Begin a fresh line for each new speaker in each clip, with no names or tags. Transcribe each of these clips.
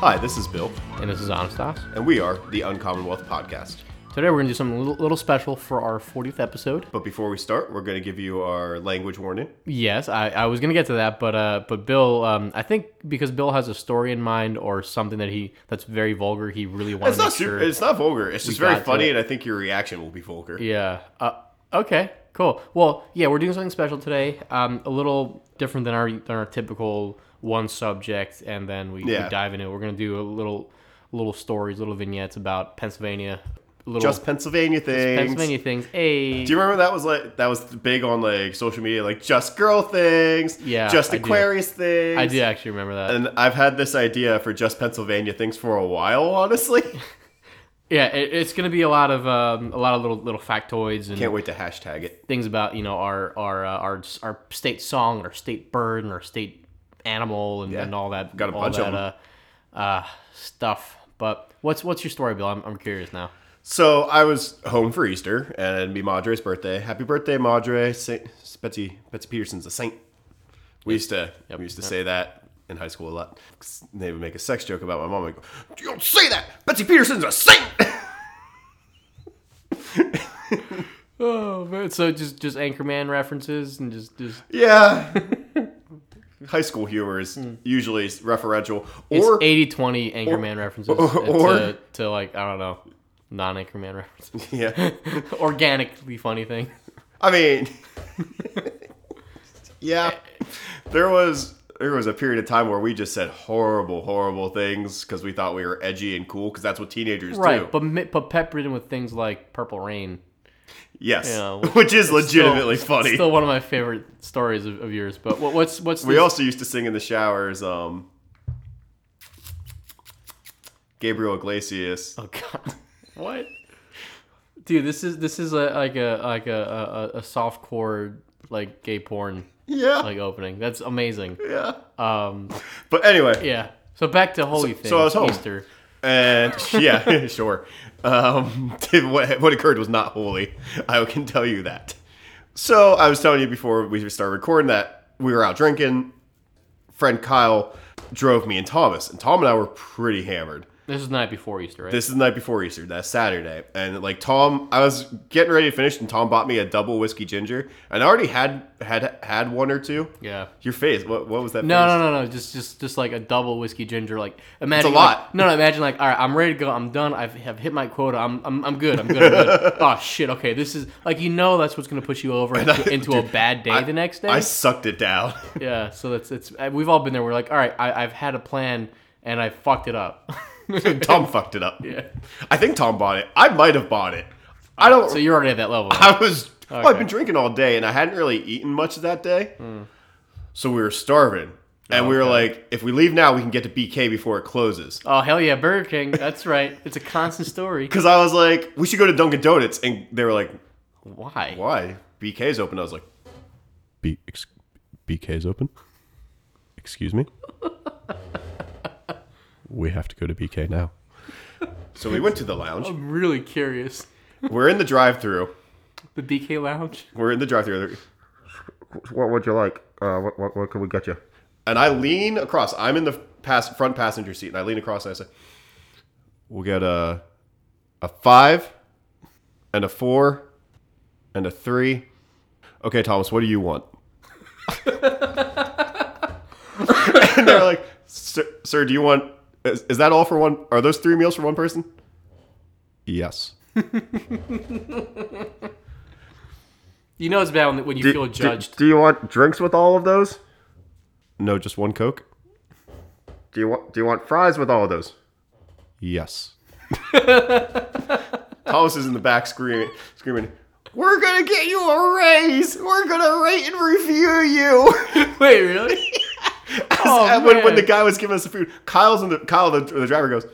Hi, this is Bill,
And this is Anastas.
and we are the Uncommonwealth Podcast.
Today we're going to do something a little, little special for our 40th episode.
But before we start, we're going to give you our language warning.
Yes, I, I was going to get to that, but uh, but Bill, um, I think because Bill has a story in mind or something that he that's very vulgar, he really
It's
wants to
not
make
super,
sure.
it's not vulgar. It's just very
got to
funny,
it.
and I think your reaction will be vulgar.
Yeah. Uh, okay. Cool. Well, yeah, we're doing something special today. Um, a little different than our than our typical one subject, and then we, we
Yeah.
dive into it. We're going to do a little little stories, little vignettes about Pennsylvania, little
Just Pennsylvania things.
Pennsylvania things. Hey.
Do you remember that was like that was big on like social media, like just girl things,
Yeah,
just
I do.
Aquarius things.
I do actually remember that.
And I've had this idea for just Pennsylvania things for a while, honestly.
Yeah, it, it's gonna be a lot of um, a lot of little little factoids and
Can't wait to hashtag it.
things about you know our our uh, our our state song, our state bird, and our state animal, and, and all that.
Got a
all
bunch of
that, uh, uh, stuff. But what's what's your story, Bill? I'm, I'm curious now.
So I was home for Easter and be Madre's birthday. Happy birthday, Madre! Saint, Betsy Betsy Peterson's a saint. We used to we used to say that in high school a lot. They would make a sex joke about my mom and go, "You don't say that. Betsy Peterson's a saint."
Oh man! So just just Anchorman references and just just
yeah. high school humor is usually referential or
it's 80-20 Anchorman references
or-
to, to like I don't know non Anchorman references,
yeah.
organically funny thing.
I mean, yeah, there was there was a period of time where we just said horrible, horrible things because we thought we were edgy and cool because that's what teenagers do.
Right, but mi- but peppered in with things like Purple Rain.
yes,
Yeah,
which,
which-
is legitimately
Still-
funny.
Still one of my favorite stories of, of yours. But what, what's what's
we
this-
also used to sing in the showers. Um, Gabriel Iglesias.
Oh God, what? Dude, this is this is a, like a like a, a, a soft core like gay porn
Yeah,
like opening. That's amazing.
yeah.
Um,
But anyway,
yeah. So back to holy things.
so I was home.
Easter.
And yeah, sure. Um, what, what occurred was not holy. I can tell you that. So I was telling you before we started recording that we were out drinking. Friend Kyle drove me and Thomas, and Tom and I were pretty hammered.
This is the night before Easter, right?
This is the night before Easter. That's Saturday, and like Tom, I was getting ready to finish, and Tom bought me a double whiskey ginger, and I already had had had one or two.
yeah.
Your face. What what was that?
No,
face?
no, no, no. Just, just, just like a double whiskey ginger. Like imagine
lot.
Like, no, no. Imagine like, all right, I'm ready to go. I'm done. I've have hit my quota. I'm, I'm, I'm good. I'm good. I'm good. oh shit. Okay, this is like you know that's what's gonna push you over into, into a bad day the next day.
I sucked it down.
yeah. So that's it's. uh, We've all been there. We're like, all right, I, I've had a plan and I fucked it up.
Tom fucked it up.
Yeah.
I think Tom bought it. I might have bought it. I don't.
so you're already at that level.
I was. well, I've
Okay. Hmm.
been drinking all day, and I hadn't really eaten much that day, so we were starving. And we were like, if we leave now, we can get to BK before it closes.
Oh hell yeah, Burger King. That's right. It's a constant story.
Because I was like, we should go to Dunkin' Donuts, and they were like,
Why?
why? BK's open. I was like, B- ex- BK's open. Excuse me. we have to go to BK now. So we went to the lounge.
I'm really curious.
We're in the drive-through.
The BK Lounge.
We're in the drive-through.
What would you like? Uh, what, what, what can we get you?
and I lean across. I'm in the pass, front passenger seat, and I lean across and I say, "We'll get a a five, and a four, and a three. Okay, Thomas, what do you want?" and they're like, sir, "Sir, do you want? Is, is that all for one? Are those three meals for one person?" Yes.
You know it's bad when, when you feel
do-
judged.
Do, you want drinks with all of those?
No, just one Coke.
Do you want Do you want fries with all of those?
Yes. Thomas is in the back screaming, screaming, "We're gonna get you a raise! We're gonna rate and review you!"
Wait, really?
Oh,
And when, when the
man.
guy was giving us the food, Kyle's in the Kyle, the, the driver, goes,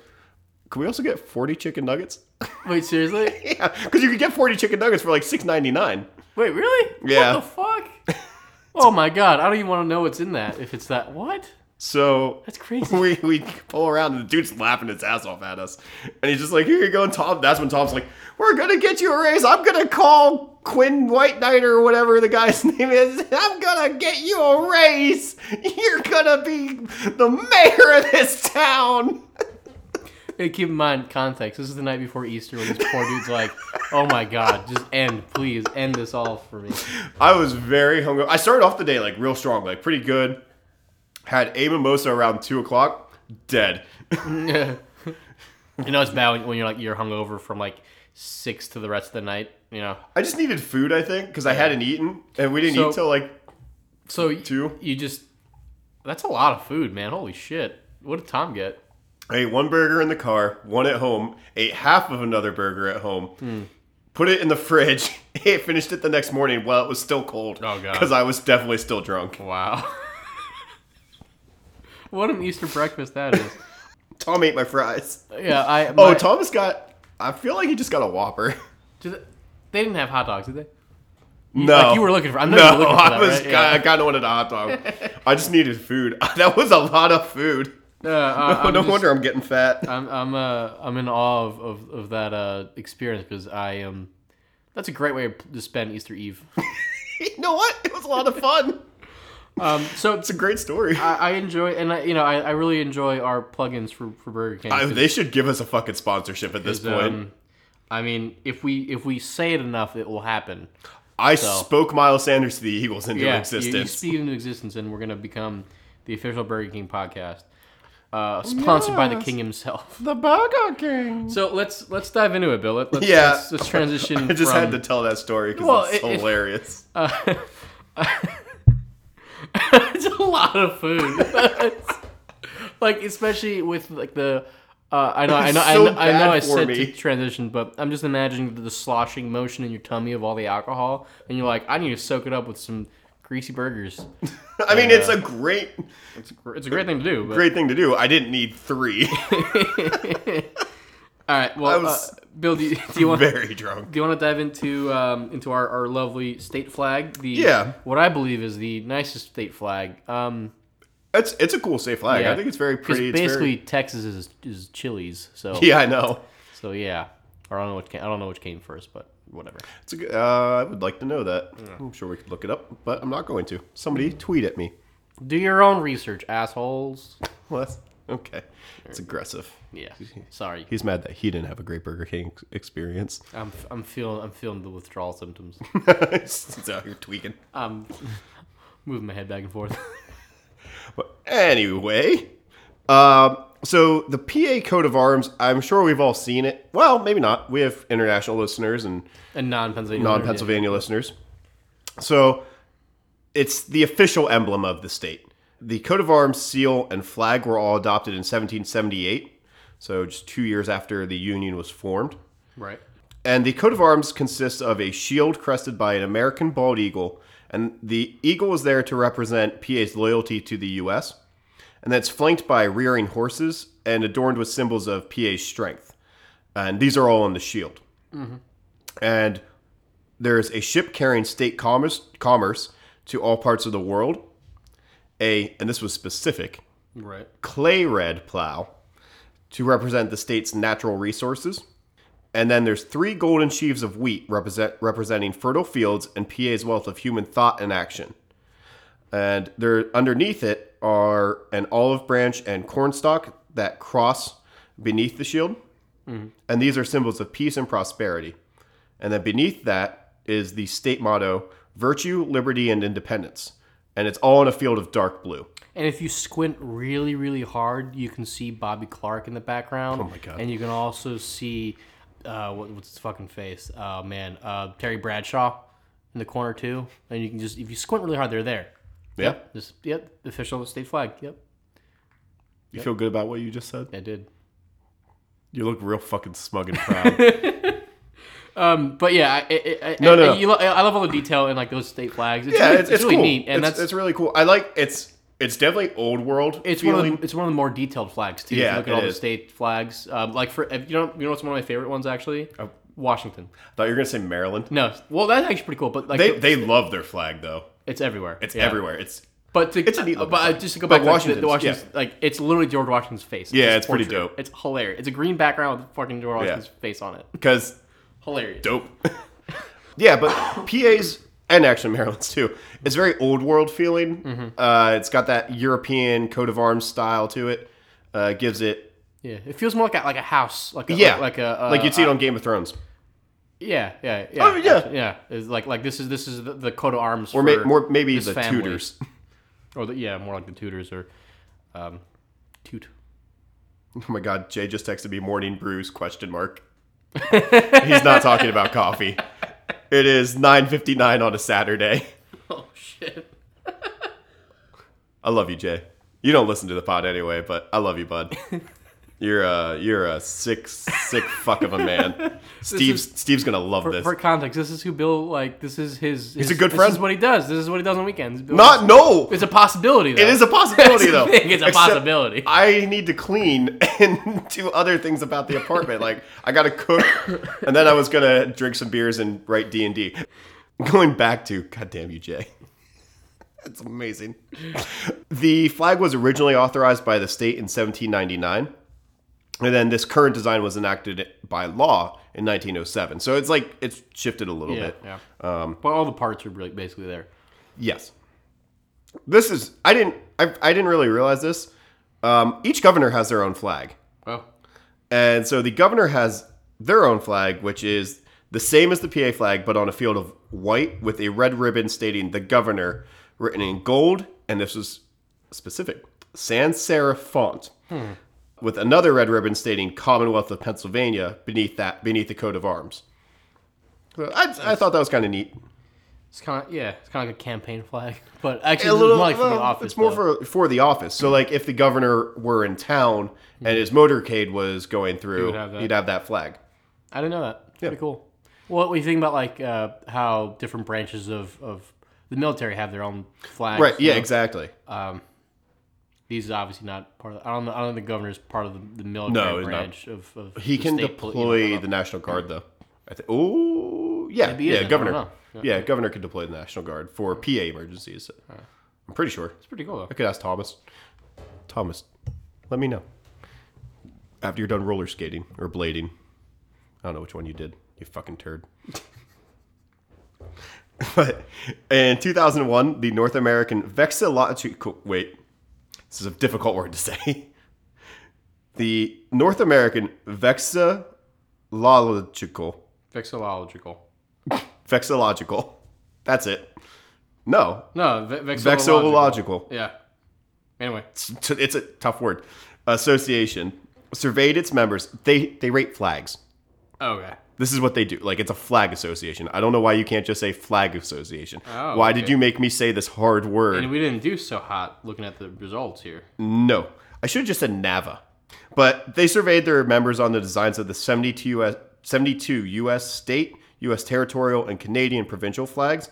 "Can we also get forty chicken nuggets?"
Wait, seriously?
yeah, because you could get forty chicken nuggets for like six ninety nine.
Wait, really?
Yeah.
What the fuck? Oh my god, I don't even want to know what's in that. If it's that, what?
So
That's crazy.
we we pull around and the dude's laughing his ass off at us, and he's just like, "Here you go, Tom." That's when Tom's like, "We're gonna get you a raise. I'm gonna call Quinn White Knight or whatever the guy's name is. I'm gonna get you a raise. You're gonna be the mayor of this town."
Hey, keep in mind context. This is the night before Easter when this poor dude's like, "Oh my God, just end, please end this all for me."
I was very hungover. I started off the day like real strong, like pretty good. Had a mimosa around two o'clock, dead.
You know it's bad when, when you're like you're hungover from like six to the rest of the night. You know.
I just needed food, I think, because I hadn't eaten, and we didn't
So-
eat till like
So y-
Two.
You just that's a lot of food, man. Holy shit! What did Tom get?
I ate one burger in the car, one at home, ate half of another burger at home, put it in the fridge, ate, finished it the next morning while it was still cold.
Oh, God.
Because I was definitely still drunk.
Wow. what an Easter breakfast that is.
Tom ate my fries.
Yeah, I.
Oh,
my-
Thomas got. I feel like he just got a Whopper.
did they, they didn't have hot dogs, did they?
No,
like you were looking for- I know you
no,
were looking for
I
that,
was.
right?
ki-
Yeah.
I kind of wanted a hot dog. I just needed food. that was a lot of food.
Uh, uh,
Oh,
I'm
no
just-
wonder I'm getting fat.
I'm I'm uh, I'm in awe of of, of that uh, experience because I am. Um, that's a great way to spend Easter Eve.
you know what? It was a lot of fun.
Um, so
It's a great story.
I, I enjoy, and I, you know, I, I really enjoy our plugins for, for Burger King.
I-
'cause-
they should give us a fucking sponsorship at this
'cause,
point.
um, I mean, if we if we say it enough, it will happen.
I spoke Miles Sanders to the Eagles into
yeah, you- You,
existence.
speak into existence, and we're gonna become the official Burger King podcast, uh, sponsored by the
Oh, Yes.
King himself.
the Burger King.
So let's let's dive into it, Bill. Let- Let's,
Yeah.
let's, let's transition.
I just
from,
had to tell that story because
Well,
it's
it- Uh, it-
hilarious.
it's a lot of food. like especially with like the. Uh, I know, I know, I
so
know, I, know
bad
I
for
said
me.
to transition, but I'm just imagining the sloshing motion in your tummy of all the alcohol, and you're like, I need to soak it up with some greasy burgers.
I mean, it's a great,
It's a, gr- it's a great thing to do. But,
great thing to do. I didn't need three.
All right,
I
well,
was-
uh, Bill, do you, do you want do
Very drunk.
you want to dive into um, into our, our lovely state flag? The
Yeah.
what I believe is the nicest state flag. Um,
It's it's a cool safe flag.
Yeah.
I think it's very
'cause
pretty. It's
basically
very-
Texas is is Chili's, so
yeah, I know.
So yeah, I don't know what came, I don't know which came first, but whatever.
It's a good, uh, I would like to know that. I'm sure we could look it up, but I'm not going to. Somebody tweet at me.
Do your own research, assholes.
Well, that's okay. It's aggressive.
Yeah, sorry.
He's mad that he didn't have a great Burger King ex- experience.
I'm, I'm feeling I'm feeling the withdrawal symptoms.
He's out here tweaking.
I'm moving my head back and forth.
But anyway, um, so the PA coat of arms, I'm sure we've all seen it. Well, maybe not. We have international listeners and
And non-Pennsylvania.
non Pennsylvania listeners. So it's the official emblem of the state. The coat of arms, seal, and flag were all adopted in 1778, so just two years after the Union was formed.
Right.
And the coat of arms consists of a shield crested by an American bald eagle, and the eagle is there to represent PA's loyalty to the U.S. And that's flanked by rearing horses and adorned with symbols of PA's strength. And these are all on the shield. And there's a ship carrying state commerce, commerce to all parts of the world. A and this was specific
Right.
clay red plow to represent the state's natural resources. And then there's three golden sheaves of wheat represent, representing fertile fields and PA's wealth of human thought and action. And there underneath it are an olive branch and cornstalk that cross beneath the shield. And these are symbols of peace and prosperity. And then beneath that is the state motto, virtue, liberty, and independence. And it's all in a field of dark blue.
And if you squint really really hard, you can see Bobby Clark in the background. Oh
my God.
And you can also see uh, what, what's his fucking face? Oh man, uh, Terry Bradshaw in the corner too. And you can just if you squint really hard, they're there.
Yeah.
Just yep, official state flag. Yep,
You feel good about what you just said?
I did.
You look real fucking smug and proud.
Um, but yeah, I, I, I,
No,
I,
no,
I,
no.
you lo- I love all the detail in like those state flags. It's
yeah,
really,
it's, it's
really
cool.
neat, and
it's,
that's
it's really cool. I like it's it's definitely old world.
it's
feeling.
one of the, it's one of the more detailed flags too. if you
Yeah,
look at
it
all the
is.
state flags. Um, like for if you know you know what's one of my favorite ones actually?
Oh.
Washington.
I thought you were gonna say Maryland.
No, well that's actually pretty cool, but like
They
the-
they love their flag though.
it's everywhere.
It's
yeah.
everywhere. It's
But to,
It's a neat
uh,
looking
but uh,
flag.
just to go
But
back to like, the, the
Washington's,
Washington's like it's literally George Washington's face.
Yeah,
his
it's pretty
portrait.
dope.
It's hilarious. It's a green background with fucking George Washington's face on it.
because
Hilarious.
dope. yeah, but PA's and actually Maryland's too. It's very old world
Mm-hmm.
feeling. Uh, it's got that European coat of arms style to it. Uh, gives it
Yeah, it feels more like a, like a house, like a,
Yeah,
like a uh,
like you'd see it on Game of Thrones,
yeah, yeah, yeah,
Oh, yeah.
actually, yeah. It's like like this is this is the, the coat of arms
or,
for
may, more maybe
this
the
family.
Tudors.
or the, yeah, more like the Tudors or um, Toot.
Oh my God, Jay just texted me morning brews question mark. He's not talking about coffee. It is 9:59 on a Saturday.
Oh shit!
I love you, Jay. You don't listen to the pod anyway, but I love you, bud. You're a you're a sick sick fuck of a man. Steve's Steve's gonna love
For,
this.
for context, this is who Bill like. This is his. He's
a good
This
friend.
is what he does. This is what he does on weekends. Bill-
Not no.
It's a possibility. Though.
It is a possibility
That's the
though.
thing, it's a
Except
possibility.
I need to clean and do other things about the apartment. Like I gotta cook, and then I was gonna drink some beers and write D and D. Going back to goddamn you, Jay. That's amazing. The flag was originally authorized by the state in 1799, and then this current design was enacted by law in 1907. So it's like it's shifted a little
Yeah,
bit.
yeah. Um, but all the parts are like basically there.
Yes. This is I didn't I, I didn't really realize this. Um, each governor has their own flag,
Well,
and so the governor has their own flag, which is the same as the PA flag, but on a field of white with a red ribbon stating the governor written in gold, and this was specific sans serif font,
Hmm.
with another red ribbon stating Commonwealth of Pennsylvania beneath that beneath the coat of arms. So I, I thought that was kind of neat.
it's kind of yeah, it's kind of like a campaign flag, but actually,
a
it's
little
more like for the
well,
office.
It's more
though.
for for the office. So like if the governor were in town and his motorcade was going through,
Hmm. have that.
you'd have that flag.
I didn't know that. Pretty cool. Well, what do you think about like uh, how different branches of, of the military have their own flags?
Right?
you
Yeah,
know?
exactly.
These is obviously not part of. I don't. know. I don't think the governor's part of the, the military
No, he's not.
branch of, of.
He
the
can
state poli-
deploy
you know,
the National Guard though. I think. Oh, yeah,
Maybe he
yeah,
isn't, I don't
governor.
know.
Yeah. governor can deploy the National Guard for PA emergencies. I'm pretty sure.
It's pretty cool though.
I could ask Thomas. Thomas, let me know after you're done roller skating or blading. I don't know which one you did. You fucking turd. but in 2001, the North American Vexillological wait, this is a difficult word to say. The North American Vexillological
Vexillological.
Vexillological. That's it. No,
No, ve- vexillological.
Vexillological.
Yeah. Anyway,
it's it's a tough word. Association surveyed its members. They they rate flags.
okay.
This is what they do. Like it's a flag association. I don't know why you can't just say flag association.
Oh,
why did
okay.
you make me say this hard word?
And we didn't do so hot looking at the results here.
no, I should have just said NAVA. But they surveyed their members on the designs of the 72 U.S. 72 U.S. state, U.S. territorial, and Canadian provincial flags,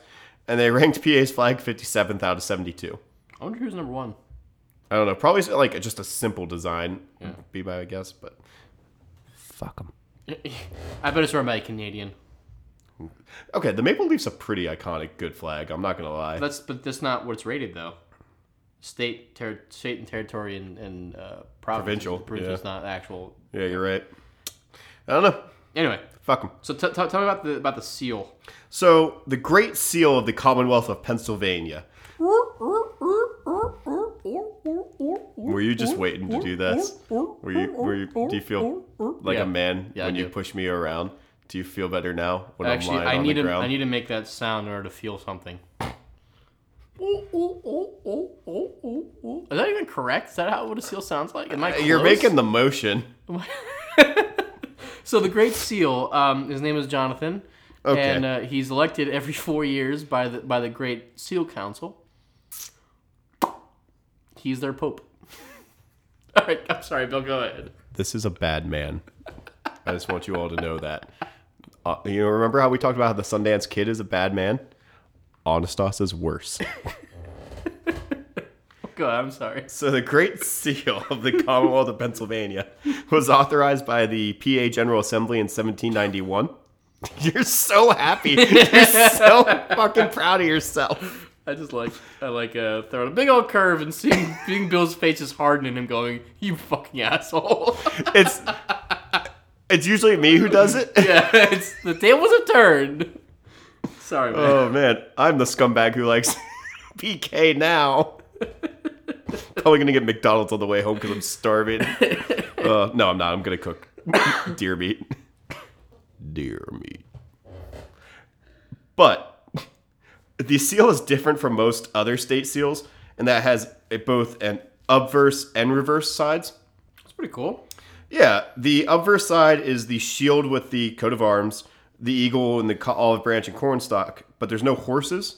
and they ranked PA's flag 57th out of 72.
I wonder who's number one.
I don't know. Probably like just a simple design. Be my guess, but fuck them.
I bet it's run by a Canadian.
Okay, the maple leaf's a pretty iconic good flag. I'm not gonna lie.
That's but that's not what it's rated though. State, ter- state and territory and, and uh, province.
Provincial,
Provincial is
yeah.
not actual.
Yeah, you're right. I don't know.
Anyway,
Fuck them.
so t- t- tell me about the about the seal.
So the Great Seal of the Commonwealth of Pennsylvania. Were you just waiting to do this? Were you? Were you? Do you feel like
Yeah.
a man
Yeah, I
when you
do.
push me around? Do you feel better now when
Actually,
I'm
I
lying on
need
the
to
ground?
I need to make that sound in order to feel something. Is that even correct? Is that how what a seal sounds like? Am I
You're
close?
making the motion.
So the Great Seal, um, his name is Jonathan,
Okay.
and uh, he's elected every four years by the by the Great Seal Council. He's their pope. All right, I'm sorry, Bill. Go ahead.
This is a bad man. I just want you all to know that. Uh, you know, remember how we talked about how the Sundance Kid is a bad man? Anastas is worse.
Go. ahead, I'm sorry.
So the Great Seal of the Commonwealth of Pennsylvania was authorized by the PA General Assembly in 1791. You're so happy. You're so fucking proud of yourself.
I just like I like uh, throwing a big old curve and seeing seeing Bill's face is hardening him, going, "You fucking asshole."
It's it's usually me who does it.
yeah, it's the tables have turned. Sorry, man.
Oh man, I'm the scumbag who likes PK now. Probably gonna get McDonald's on the way home because I'm starving. Uh, no, I'm not. I'm gonna cook deer meat. Deer meat. But the seal is different from most other state seals, and that has a, both an obverse and reverse sides.
It's pretty cool.
Yeah, the obverse side is the shield with the coat of arms, the eagle and the co- olive branch and cornstalk, but there's no horses.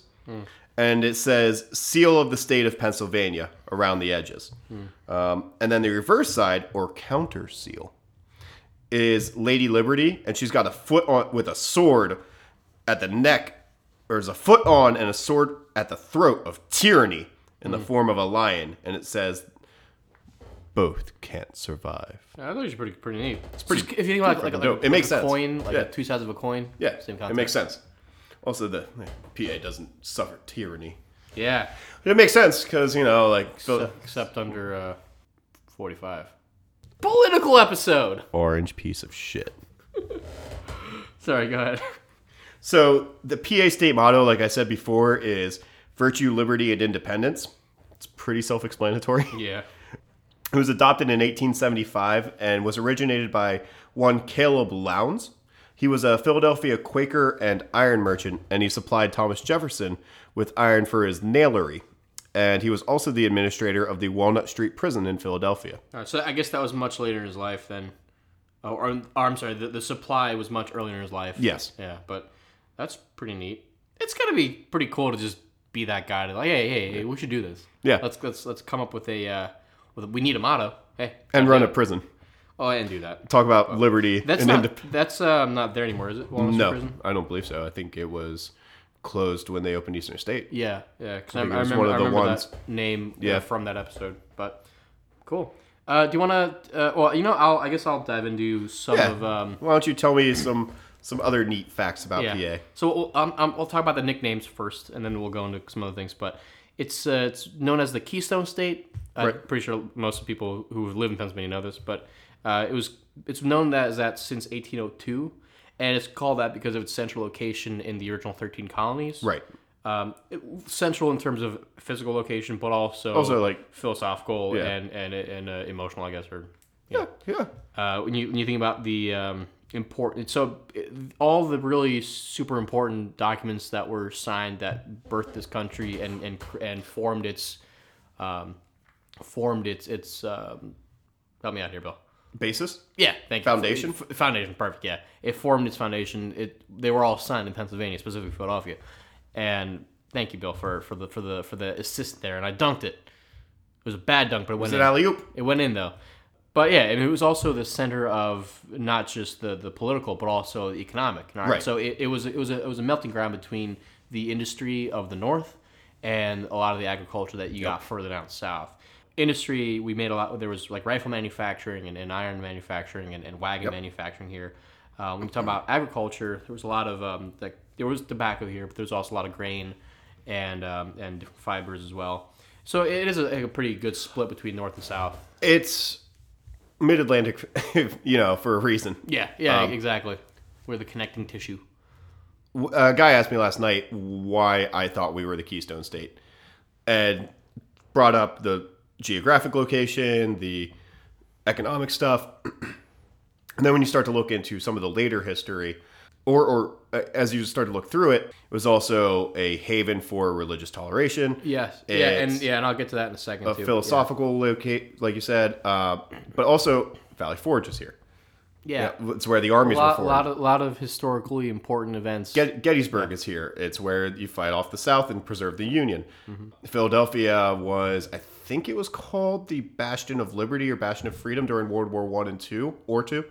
And it says seal of the state of Pennsylvania around the edges. Um, and then the reverse side, or counter seal, is Lady Liberty, and she's got a foot on with a sword at the neck, or is a foot on and a sword at the throat of tyranny in the form of a lion. And it says both can't survive.
Yeah, I thought it was pretty pretty neat. It's pretty. if you think about it, like, like,
dope. It
like
makes
a
sense.
coin, like
Yeah.
two sides of a coin.
Yeah,
same
It
concept.
makes sense. Also, the PA doesn't suffer tyranny.
Yeah,
It makes sense because you know, like
except, except under uh, forty-five. Political episode.
orange piece of shit.
Sorry, go ahead.
So the PA state motto, like I said before, is virtue, liberty, and independence. It's pretty self-explanatory.
Yeah,
It was adopted in 1875 and was originated by one Caleb Lowndes. He was a Philadelphia Quaker and iron merchant, and he supplied Thomas Jefferson with iron for his nailery. And he was also the administrator of the Walnut Street Prison in Philadelphia.
All right, so I guess that was much later in his life than, oh, or, or I'm sorry, the, the supply was much earlier in his life.
Yes.
Yeah, but that's pretty neat. It's gotta be pretty cool to just be that guy to like, hey, hey, hey, we should do this.
Yeah.
Let's let's let's come up with a, uh, with a we need a motto. Hey.
And run a prison.
Oh, and do that.
Talk about liberty
That's
and
not
indep-
that's uh, not there anymore, is it? Walnut Street
No,
Prison?
I don't believe so. I think it was closed when they opened Eastern State.
Yeah, yeah. Because I,
think
I
it was one
remember,
of
I
the
remember
ones.
that name
Yeah.
yeah. from that episode. But cool. Uh, do you want to? Uh, well, you know, I'll, I guess I'll dive into some
Yeah.
of. Um,
Why don't you tell me some some other neat facts about
yeah.
PA?
So um, um, I'll talk about the nicknames first, and then we'll go into some other things. But it's uh, it's known as the Keystone State. I'm
Right.
pretty sure most people who live in Pennsylvania know this, but uh, it was it's known that as that since 1802, and it's called that because of its central location in the original 13 colonies.
Right.
um, it- central in terms of physical location, but also
Also, like-
philosophical
Yeah.
and and and uh, emotional, I guess. Or
Yeah, yeah.
uh, when you when you think about the um, important, so it, all the really super important documents that were signed that birthed this country and and cr- and formed its um, formed its its um, help me out here, Bill.
Basis.
Yeah, thank you.
Foundation?
F- foundation, perfect. Yeah, it formed its foundation. It they were all signed in Pennsylvania, specifically Philadelphia. And thank you, Bill, for for the for the for the assist there. And I dunked it. It was a bad dunk, but it went
Is it
in.
alley oop?
It went in though. But yeah, and it was also the center of not just the, the political, but also the economic. All right?
Right.
So it, it was it was a, it was a melting ground between the industry of the north and a lot of the agriculture that you got further down south. Industry, we made a lot. There was like rifle manufacturing and, and iron manufacturing and, and wagon manufacturing here. Uh, when we talk about agriculture, there was a lot of um, like there was tobacco here, but there was also a lot of grain and um, and different fibers as well. So it is a, a pretty good split between north and south.
It's Mid Atlantic, you know, for a reason.
Yeah, yeah, exactly. We're the connecting tissue.
W- A guy asked me last night why I thought we were the Keystone State, and brought up the geographic location, the economic stuff, and then when you start to look into some of the later history, or or uh, as you start to look through it, it was also a haven for religious toleration.
Yes. yeah, and
It's-
yeah, and I'll get to that in a second
A
too.
philosophical locate, like you said, uh, but also Valley Forge is here.
yeah. yeah.
It's where the armies
A
were
lot,
formed.
lot of lot of historically important events.
Get- Gettysburg is here. It's where you fight off the South and preserve the Union.
Mm-hmm.
Philadelphia was, I think it was called the Bastion of Liberty or Bastion of Freedom during World War One and Two or Two,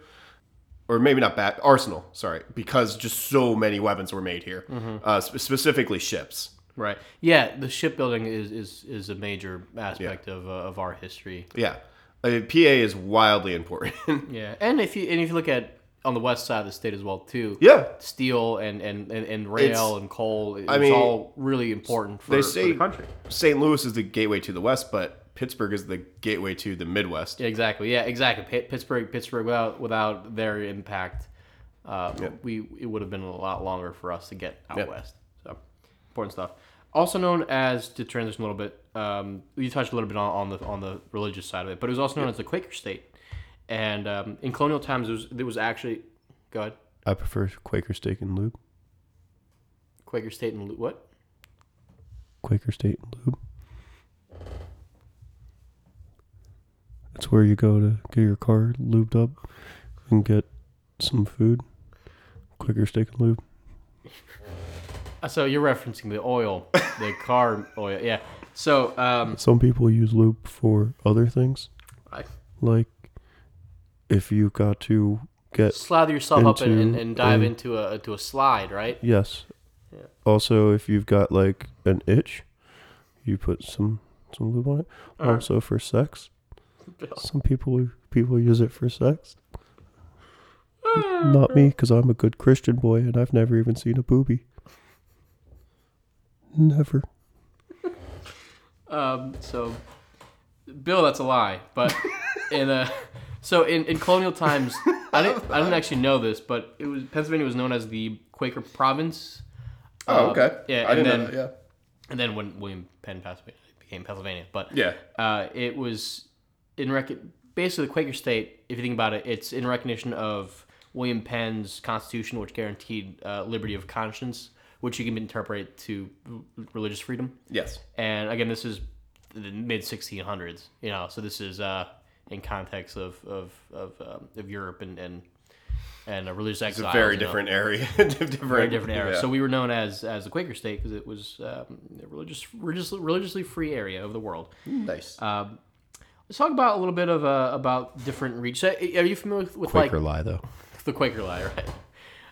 or maybe not bat Arsenal. Sorry, because just so many weapons were made here,
Mm-hmm.
uh, sp- specifically ships.
right. Yeah, the shipbuilding is is, is a major aspect of uh, of our history.
Yeah, I mean, PA is wildly important.
Yeah. And if you and if you look at on the west side of the state as well too.
yeah,
Steel and and, and, and rail
It's-
and coal it's
mean,
all really important for,
they
for
say
the country.
St. Louis is the gateway to the West, but Pittsburgh is the gateway to the Midwest.
Yeah, exactly. Yeah, exactly. Pitt, Pittsburgh, Pittsburgh. Without without their impact, uh, we it would have been a lot longer for us to get out
Yeah.
west. So important stuff. Also known as to transition a little bit, um, you touched a little bit on, on the on the religious side of it, but it was also known as the Quaker state, And um, in colonial times, it was, it was actually, go ahead,
I prefer Quaker steak and lube.
Quaker State and Lu- what?
Quaker State and Lube. That's where you go to get your car lubed up and get some food. Quaker Steak and Lube.
Uh, So you're referencing the oil, the car oil, yeah. So um,
Some people use lube for other things,
I
like if you got to get
slather yourself up and, and,
Into
and dive
a-
into a to a slide, right?
yes. Also, if you've got like an itch, you put some some lube on it. also, for sex, some people people use it for sex. Not me, because I'm a good Christian boy and I've never even seen a booby. Never.
Um, so, Bill, that's a lie. But in uh, so in, in colonial times, I didn't I didn't actually know this, but it was Pennsylvania was known as the Quaker province.
Oh,
Uh,
okay.
yeah,
I
and
didn't know
then-
that,
and then when William Penn passed away, it became Pennsylvania. But
yeah.
uh, it was in rec- basically the Quaker state. If you think about it, it's in recognition of William Penn's Constitution, which guaranteed uh, liberty of conscience, which you can interpret to r- religious freedom.
Yes.
And again, this is the mid 1600s, you know, so this is uh, in context of of of, um, of Europe and and and uh, religious
It's
exile.
a very
you know.
different area. different,
Very different era.
yeah.
So we were known as as the Quaker state because it was um, a religious, religious, religiously free area of the world.
nice.
Um, let's talk about a little bit of uh, about different reach. So, Are you familiar with, with like
lie, though.
the Quaker lie, right?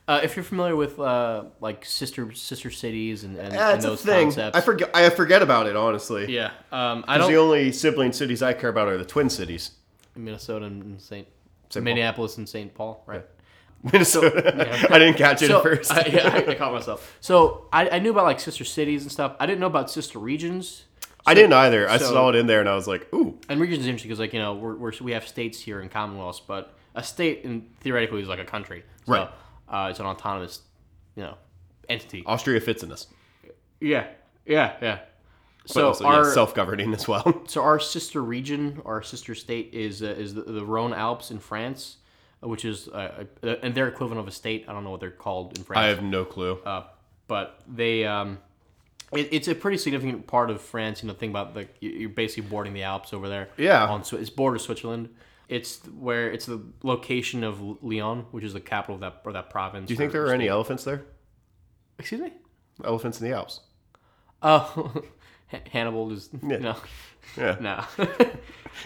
Uh, if you're familiar with uh, like sister sister cities and, and, and
That's a
those
thing.
concepts,
I forget. I forget about it honestly.
yeah, um, I
'Cause
don't
The only sibling cities I care about are the Twin Cities,
Minnesota and Saint,
Saint Paul.
Minneapolis and Saint Paul, right?
Minnesota. I didn't catch it
So
at first.
I, yeah, I, I caught myself. So I, I knew about like sister cities and stuff. I didn't know about sister regions.
I didn't either. I
so-
saw it in there and I was like, ooh,
And regions is interesting because like you know we're, we're we have states here in Commonwealths, but a state in, theoretically is like a country, so,
Right.
Uh, it's an autonomous, you know, entity.
Austria fits in this.
Yeah, yeah, yeah.
But
So
also, yeah,
our
self-governing as well.
so our sister region, our sister state is uh, is the, the Rhône Alps in France, uh, which is uh, uh, and their equivalent of a state. I don't know what they're called in France.
I have no clue.
uh, but they um, it, it's a pretty significant part of France. You know, think about like you- you're basically boarding the Alps over there.
Yeah.
on Swi- it's border Switzerland. It's where it's the location of Lyon, which is the capital of that or that province.
Do you think there are any elephants there?
Excuse me.
Elephants in the Alps.
Oh, Han- Hannibal is
Yeah.
no,
Yeah.
no.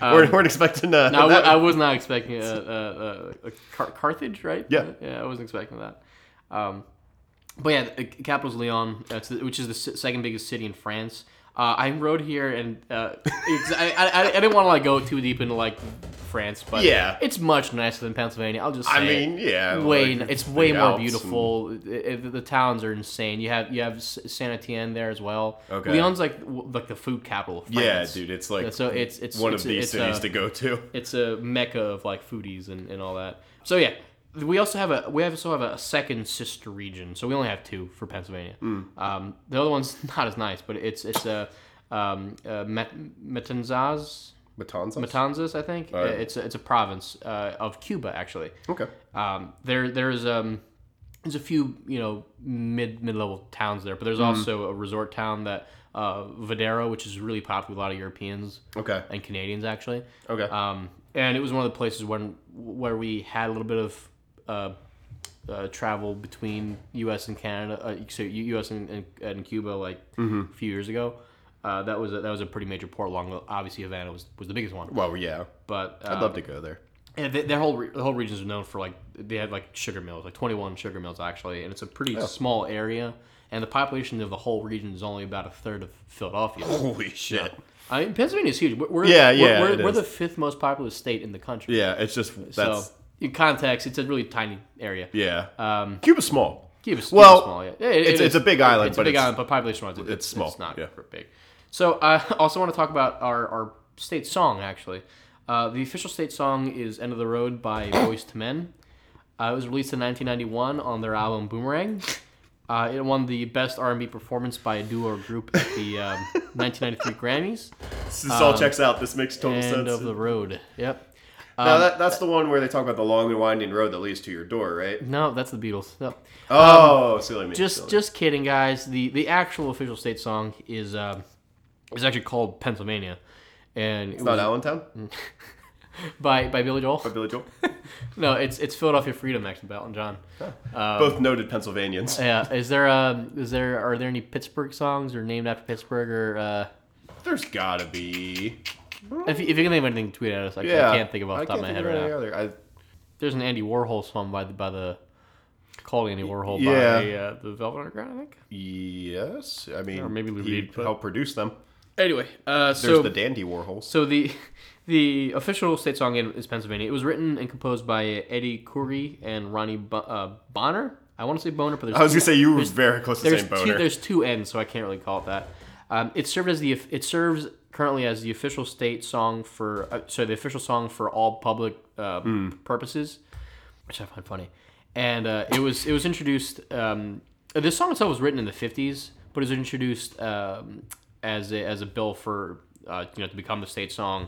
Um,
we're, we're expecting uh,
I, w-
that-
I was not expecting a, a, a, a Car- Carthage, right?
Yeah.
yeah, I wasn't expecting that. Um, but yeah, the capital's Lyon, that's the, which is the se- second biggest city in France. Uh, I rode here, and uh, it's- I, I, I didn't want to like go too deep into like France, but
Yeah.
it's much nicer than Pennsylvania. I'll just say
I
it
mean, yeah.
way
like,
it's
the
way more
Alps
beautiful. It- it- the towns are insane. You have you have S- Saint Etienne there as well.
Okay.
Lyon's like w- like the food capital. Of
and- yeah,
France.
dude, it's like
So it's it's
one
it's,
of these
it's uh,
cities
a,
to go to.
it's a mecca of like foodies and, and all that. So yeah, we also have a we also have a second sister region. So we only have two for Pennsylvania. Um, the other one's not as nice, but it's it's a um, uh, Met- Matanzas.
Matanzas?
Matanzas, I think
All right.
it's a, it's a province uh, of Cuba, actually.
Okay.
Um, there there's um there's a few you know mid mid level towns there, but there's also a resort town that uh, Vadero, which is really popular with a lot of Europeans
Okay.
and Canadians actually.
Okay.
Um, and it was one of the places when where we had a little bit of uh, uh, travel between U.S. and Canada, uh, so U- U.S. and, and, and Cuba, like
Mm-hmm.
a few years ago. Uh, that was a, that was a pretty major port along. Obviously, Havana was, was the biggest one,
well, yeah.
but uh,
I'd love to go there.
and th- their whole re- the whole region is known for like they have like sugar mills, like twenty one sugar mills actually, and it's a pretty
Oh.
small area. And the population of the whole region is only about a third of Philadelphia.
Holy shit.
I mean, Pennsylvania is huge. We're, we're-
Yeah, yeah,
We're,
it
we're, we're
is.
the fifth most populous state in the country.
Yeah, it's just
so
that's
in context, it's a really tiny area.
yeah.
Um,
Cuba's small.
Cuba's,
Well,
Cuba's small. Yeah, It- it
it's-
is.
it's a big island,
It's
but
a big
it's-
island, but population wise, it, it's
small,
It's not
yeah.
big. So I also want to talk about our, our state song actually. Uh, the official state song is "End of the Road" by Boys to Men. Uh, it was released in 1991 on their album Boomerang. Uh, it won the best R&B performance by a duo or group at the um, 1993 Grammys.
This all checks out. This makes total
um, End um,
sense.
of the road. Yep.
now that, that's the one where they talk about the long and winding road that leads to your door, right?
No, that's the Beatles. No.
Oh, silly me.
Um, Just
silly.
just kidding, guys. The the actual official state song is um, is actually called Pennsylvania, and it
It's not
was
Allentown.
by by Billy Joel.
By Billy Joel.
No, it's it's Philadelphia Freedom actually by Elton John. Um,
Both noted Pennsylvanians.
Yeah, is there um is there are there any Pittsburgh songs or named after Pittsburgh or uh,
There's gotta be.
if you, if you can think of anything, tweet at us. I,
Yeah,
I can't think of off the top of my
can't
head
think
right
any
now.
Other. I,
There's an Andy Warhol song by the by the called Andy Warhol by
Yeah.
uh, the Velvet Underground, I think.
yes, I mean,
Or maybe Lou
he
Reed, but-
helped produce them.
Anyway, uh,
There's
so
the Dandy Warhols.
So the the official state song in- is Pennsylvania. It was written and composed by Eddie Coury and Ronnie Bo- uh, Bonner. I want to say Bonner, but there's
I was
two-
gonna say you were
there's-
very close to
there's
saying
two,
boner.
there's two N's, so I can't really call it that. Um, it served as the of- it serves currently as the official state song for uh, sorry the official song for all public uh,
Hmm.
purposes, which I find funny. And uh, it was it was introduced. Um, this song itself was written in the '50s, but it was introduced um, as a, as a bill for uh, you know to become the state song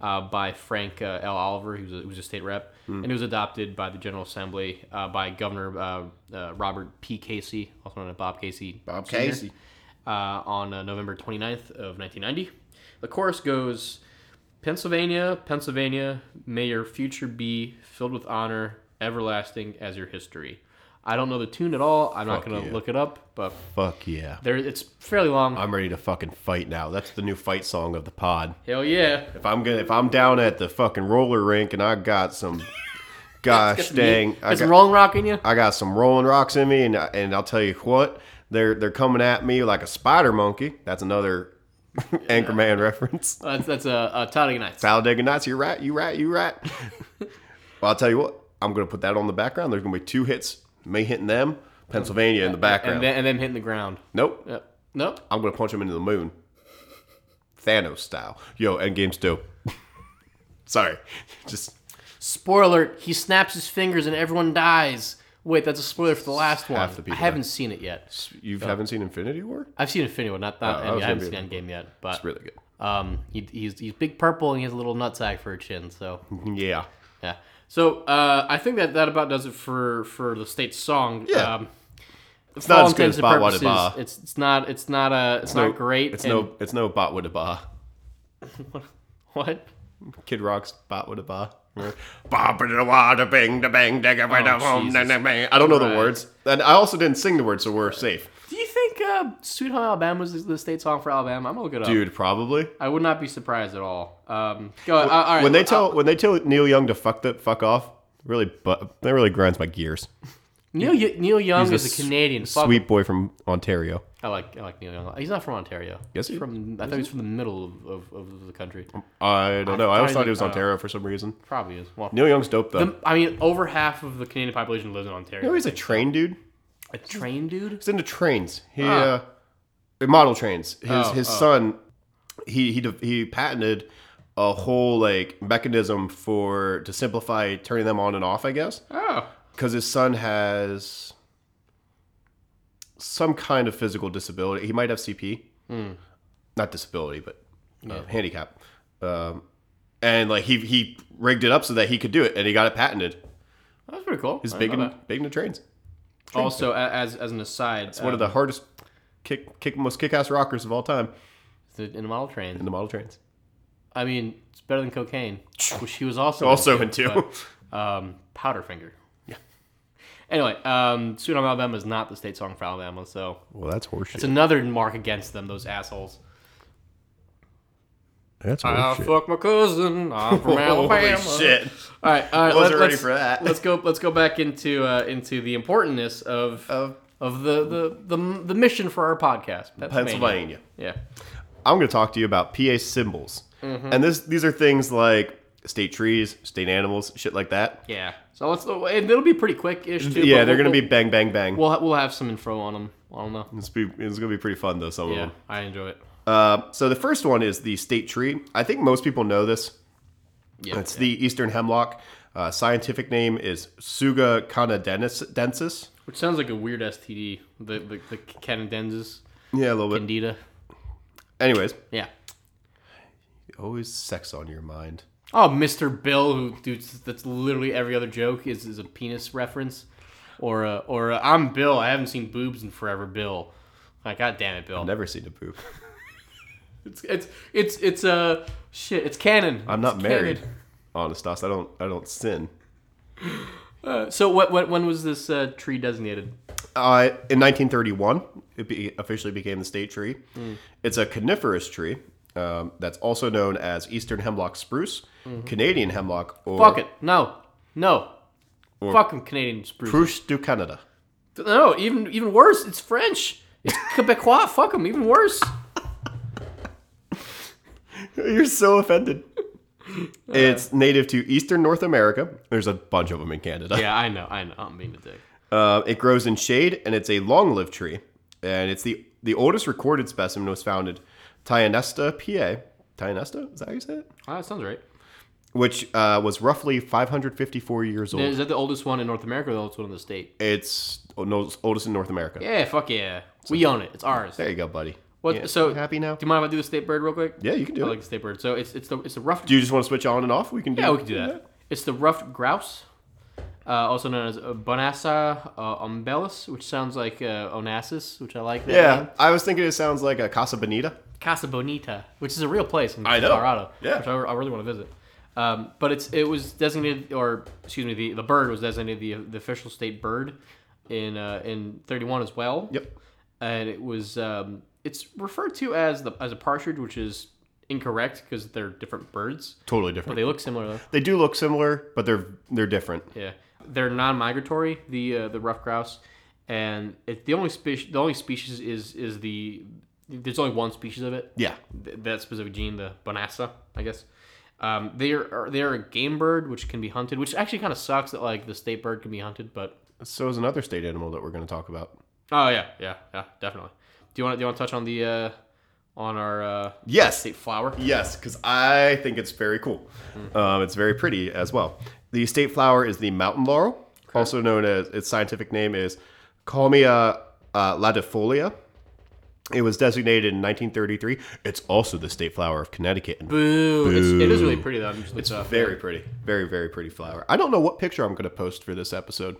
uh, by Frank uh, L. Oliver, who was a, who was a state rep,
Hmm.
and it was adopted by the General Assembly uh, by Governor uh, uh, Robert P. Casey, also known as Bob Casey.
Bob
Sr.,
Casey.
uh, on uh, November 29th of 1990. The chorus goes, Pennsylvania, Pennsylvania, may your future be filled with honor, everlasting as your history. I don't know the tune at all. I'm not
Fuck
going to
yeah. Uh,
look it up, but
Fuck yeah.
there it's fairly long.
I'm ready to fucking fight now. That's the new fight song of the pod.
Hell yeah.
If I'm gonna, if I'm down at the fucking roller rink and I got some, gosh dang, I
Is
got,
wrong rock in you?
I got some rolling rocks in me, and I- and I'll tell you what, they're they're coming at me like a spider monkey. That's another Anchorman reference.
That's, that's a, uh Talladega Nights.
Talladega Nights, you rat, you rat, you rat. well, I'll tell you what, I'm gonna put that on the background. There's gonna be two hits, me hitting them, Pennsylvania in the
And
background.
then, and then hitting the ground.
nope,
Yep. Nope.
I'm gonna punch him into the moon, Thanos style. Yo, Endgame's dope. Sorry, just.
Spoiler alert, he snaps his fingers and everyone dies. Wait, that's a spoiler for the last one.
Half the
I
people
haven't seen it yet.
You haven't seen Infinity War?
I've seen Infinity War, not that.
Oh, I
Endgame. I,
was
haven't
gonna
seen Endgame yet, but
It's really good.
um, he, he's he's big purple and he has a little nutsack for a chin. So
Yeah.
yeah. So uh, I think that that about does it for for the state song.
Yeah.
Um, it's
not as good as Bat Wada Ba.
It's it's not it's not a it's, not
no-
great.
It's
and-
no it's no bot with a ba.
what.
Kid Rock's bot with a ba. Bop it a wa da bing da bang da ga ba da
Oh,
hum da
Jesus
da bang. I don't know the
Christ.
words. And I also didn't sing the words, so we're safe.
Do you think uh, "Sweet Home Alabama" was the state song for Alabama? I'm gonna look it up.
Dude, probably.
I would not be surprised at all. Um, go, uh, all right,
When they
uh,
tell when they tell Neil Young to fuck the fuck off, really but that really grinds my gears.
Neil Y- Neil Young
He's a
is a Canadian. Fuck
Sweet boy from Ontario.
I like I like Neil Young. He's not from Ontario.
Yes,
he's
he- Oh.
from. I thought he was from the middle of, of, of the country.
I don't know. I always
thought
thought
he-
it was
uh,
Ontario for some reason.
Probably is. Well,
Neil Young's dope though.
the, I mean, over half of the Canadian population lives in
You
Ontario.
know he's a train dude.
a train dude.
He's into trains. He uh, model trains. His
Ah. Oh,
his
oh.
son, he he de- he patented a whole like mechanism for to simplify turning them on and off. I guess
Oh,
because his son has some kind of physical disability. He might have CP,
Hmm.
not disability, but uh, handicap. Um, and like he he rigged it up so that he could do it, and he got it patented.
that's pretty cool.
He's
I
big
didn't know
in, big into trains.
that. Also, a- as as an aside, um,
It's one of the hardest kick kick most kick ass rockers of all time
in the model
in
train.
the model trains.
I mean, it's better than cocaine, which he was also
also in two.
but, um, Powderfinger. Yeah. Anyway, um, "Sweet Home Alabama" is not the state song for Alabama, so
Well, that's horseshit.
it's another mark against them. Those assholes. Oh,
that's
I fuck my cousin. I'm from
Holy
Alabama.
shit!
All right, all right.
Wasn't
let-
ready
let's-
for that.
Let's go. Let's go back into uh, into the importantness of
Of-
of the, the the the mission for our podcast,
Pennsylvania.
Yeah,
I'm going to talk to you about PA symbols,
Mm-hmm.
and this these are things like state trees, state animals, shit like that.
yeah. So let's and it'll be pretty quick ish too.
Yeah,
but
they're
we'll-
going to be bang, bang, bang.
We'll we'll, we'll have some info on them. I don't know.
it's, be, it's going to be pretty fun though. Some of
Yeah,
them.
I enjoy it.
Uh, so the first one is the state tree. I think most people know this.
Yeah,
It's the eastern hemlock. Uh, scientific name is Suga canadensis.
which sounds like a weird STD. The the, the canadensis,
Yeah, a little bit.
candida.
Anyways,
Yeah,
always sex on your mind.
Oh, Mr. Bill, who dudes that's literally every other joke is, is a penis reference, or a, or a, I'm Bill. I haven't seen boobs in forever, Bill. Like, God damn it, Bill.
I've never seen a poop.
It's it's it's it's uh, shit. It's canon.
I'm
It's
not married.
canon.
Honestas, I don't. I don't sin.
Uh, so what, what when was this uh, tree designated?
Uh, in 1931, it be, officially became the state tree. It's a coniferous tree um, that's also known as Eastern hemlock spruce, Canadian hemlock, or
Fuck it. No, no. Fucking Canadian spruce.
Spruce du Canada.
No, even even worse. It's French. It's Quebecois. Fuck them. Even worse.
You're so offended. It's native to eastern North America. There's a bunch of them in Canada.
Yeah, I know. I know. I'm being a dick.
Uh, it grows in shade, and it's a long-lived tree. And it's the the oldest recorded specimen was found in Tyanesta, PA. Tyanesta, is that how you say it?
Ah, that sounds right.
Which uh, was roughly 554 years old.
Is that the oldest one in North America or the oldest one in the state?
It's o- no- oldest in North America.
Yeah, fuck yeah. We own it. It's ours.
There you go, buddy.
What-
Yeah,
so-
happy now?
Do you mind if I do the state bird real quick?
Yeah, you can
I
do it.
like the state bird. So it's it's the it's the rough.
do you just want to switch on and off? We can do.
yeah, we can do that. It's the ruffed grouse, uh, also known as uh, Bonassa uh, umbellus, which sounds like uh, Onassis, which I like. That
Yeah,
name.
I was thinking it sounds like a Casa Bonita.
Casa Bonita, which is a real place in
I know.
Colorado.
Yeah.
which I, I really want to visit. Um, but it's it was designated, or excuse me, the, the bird was designated the, the official state bird in uh, in 31 as well.
Yep.
and it was um, it's referred to as the as a partridge, which is incorrect because they're different birds,
Totally
but
different.
they look similar. though.
They do look similar, but they're they're different.
Yeah, they're non-migratory. The uh, the rough grouse, and it, the only species the only species is is the there's only one species of it.
Yeah.
Th- that specific gene, the bonassa, I guess. Um, they are they are a game bird which can be hunted, which actually kind of sucks that like the state bird can be hunted, but
So is another state animal that we're going to talk about.
oh yeah, yeah, yeah, definitely. Do you want do you want to touch on the uh, on our uh,
Yes.
state flower?
Yes, because I think it's very cool.
Hmm.
Um, it's very pretty as well. The state flower is the mountain laurel, also known as its scientific name is Calmia uh, latifolia. It was designated in 1933. It's also the state flower of Connecticut. And
Boo! It's, it is really pretty though. I'm just it's uh,
very pretty, very very pretty flower. I don't know what picture I'm going to post for this episode.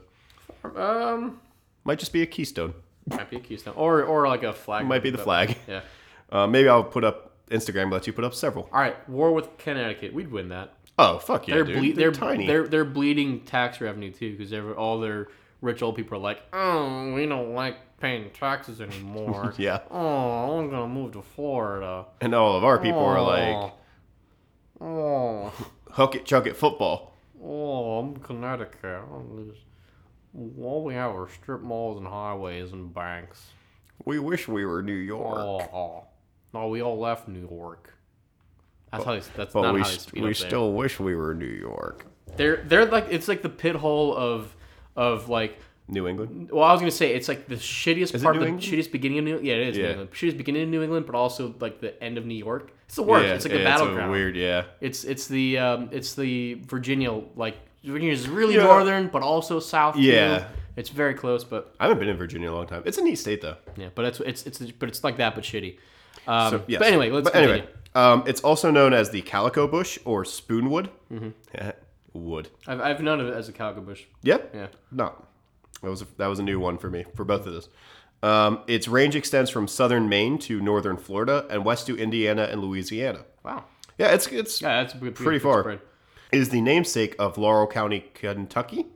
um
Might just be a keystone.
might be a keystone or or like a flag.
Might be the flag.
Yeah.
Uh, maybe I'll put up. Instagram lets you put up several.
All right, war with Connecticut. We'd win that.
Oh fuck yeah,
They're
dude.
ble- they're,
they're, tiny.
They're they're bleeding tax revenue too because all their rich old people are like, oh, we don't like paying taxes anymore.
yeah,
Oh, I'm gonna move to Florida.
and all of our people are
Oh.
like,
oh,
hook it, chuck it, football.
oh, I'm Connecticut. I'm just- all we have are strip malls and highways and banks.
We wish we were New York.
Oh, oh. no, we all left New York. That's how they, that's
but
not
we,
how they
st-
speak
we
up there.
still wish we were New York.
they're they're like it's like the pit hole of of like
New England?
Well, I was gonna say it's like the shittiest
Is it
part, of
New
the
England?
shittiest beginning of New. Yeah, it is. New
Yeah.
England. Shittiest beginning of New England, but also like the end of New York. It's the worst. it's like a battleground.
weird, yeah.
It's it's the um, it's the Virginia like Virginia's really
Yeah.
northern, but also south. too.
Yeah.
it's very close, but
I haven't been in Virginia in a long time. It's a neat state, though.
yeah, but it's it's it's but it's like that, but shitty. Um,
So, yes.
But anyway, let's
But
continue.
anyway, um, it's also known as the calico bush or spoonwood. Mm-hmm. Wood.
I've, I've known of it as a calico bush.
Yep.
Yeah.
No, that was a, that was a new one for me for both of those. Um, its range extends from southern Maine to northern Florida and west to Indiana and Louisiana.
Wow.
Yeah, it's it's
Yeah, that's a good,
pretty
good
far.
spread.
Is the namesake of Laurel County, Kentucky,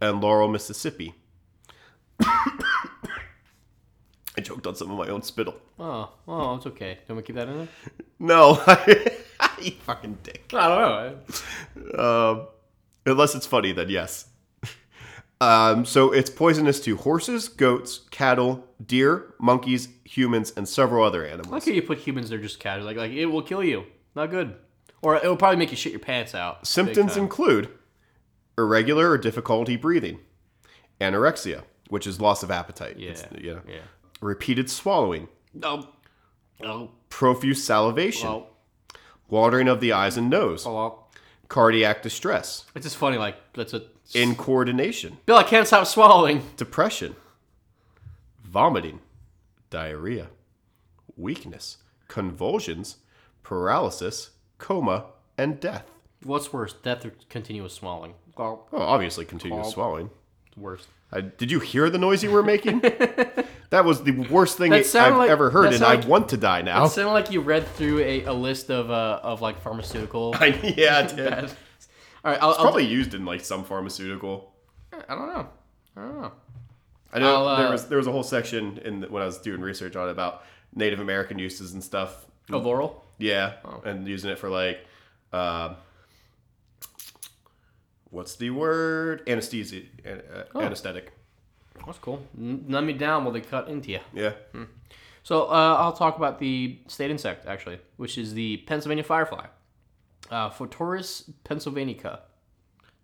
and Laurel, Mississippi. I choked on some of my own spittle.
Oh, oh, it's okay. Don't we keep that in there?
No, you fucking dick.
I don't know.
Um, unless it's funny, then yes. Um, so it's poisonous to horses, goats, cattle, deer, monkeys, humans, and several other
I
animals.
like how you put humans there just casual. Like, like it will kill you. Not good. Or it will probably make you shit your pants out. big
Symptoms
time.
include irregular or difficulty breathing, anorexia, which is loss of appetite.
Yeah.
It's- yeah.
Yeah. Oh.
Repeated swallowing,
No. No.
profuse salivation,
Well, Oh.
watering of the eyes and nose,
well.
cardiac distress,
It's just funny. Like, that's a.
incoordination,
Bill, I can't stop swallowing.
depression, vomiting, diarrhea, weakness, convulsions, paralysis, coma, and death.
What's worse, death or continuous swallowing? Well,
Oh, obviously, continuous
Call.
swallowing.
worse.
I, did you hear the noise you were making? that was the worst thing
That
I've
sounded like-
ever heard,
that
and I
sounded-
want to die now.
It sounded like you read through a, a list of uh, of like pharmaceutical.
I, yeah, it did.
All right, I'll, I'll
Probably used in like some pharmaceutical.
I don't know. I don't know.
I know
I'll, uh,
there was there was a whole section in the, when I was doing research on it about Native American uses and stuff.
Of oral?
Yeah, and using it for like, um what's the word? Anesthesia, an- uh,
Oh.
anesthetic.
That's cool. N- Numb me down while they cut into you.
Yeah,
So uh, I'll talk about the state insect actually, which is the Pennsylvania firefly, uh, Photorus pennsylvanica.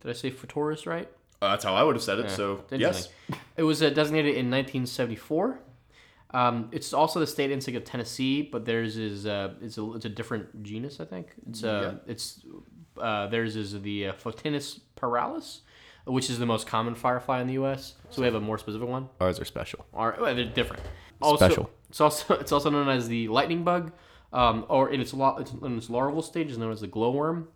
Did I say Photorus right?
Uh, that's how I would have said it. so yes,
Interesting. It was uh, designated in 1974. Um, it's also the state insect of Tennessee, but theirs is uh, it's a it's a different genus, I think. It's uh, it's uh, theirs is the uh, Photinus paralis, which is the most common firefly in the U.S. So we have a more specific one.
ours are special.
Are well, they're different. Also,
Special.
It's also it's also known as the lightning bug, um, or in its, la- its in its larval stage is known as the glowworm.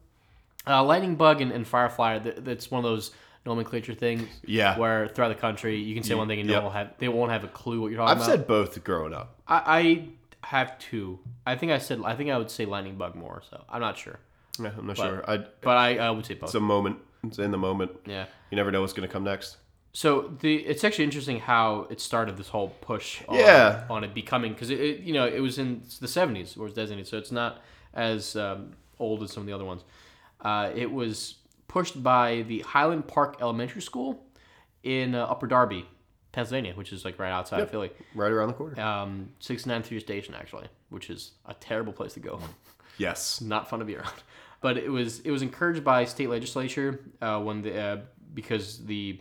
Uh, lightning bug and, and firefly. th- That's one of those nomenclature things.
Yeah.
Where throughout the country you can say one thing and
yep.
no one will have they won't have a clue what you're talking
I've
about.
said both growing up.
I, I have two. I think I said I think I would say lightning bug more. So I'm not sure,
Yeah, I'm not sure. I,
but I, I would say both.
it's a moment. It's in the moment.
yeah.
You never know what's going to come next.
So the it's actually interesting how it started this whole push on,
Yeah.
on it becoming because it, it you know it was in the 70s where it was designated so it's not as um, old as some of the other ones. Uh, it was pushed by the Highland Park Elementary School in uh, Upper Darby, Pennsylvania, which is like right outside of Philly.
Right around the corner.
Um, 693 Station actually, which is a terrible place to go.
Yes.
not fun to be around. But it was it was encouraged by state legislature uh, when the uh, because the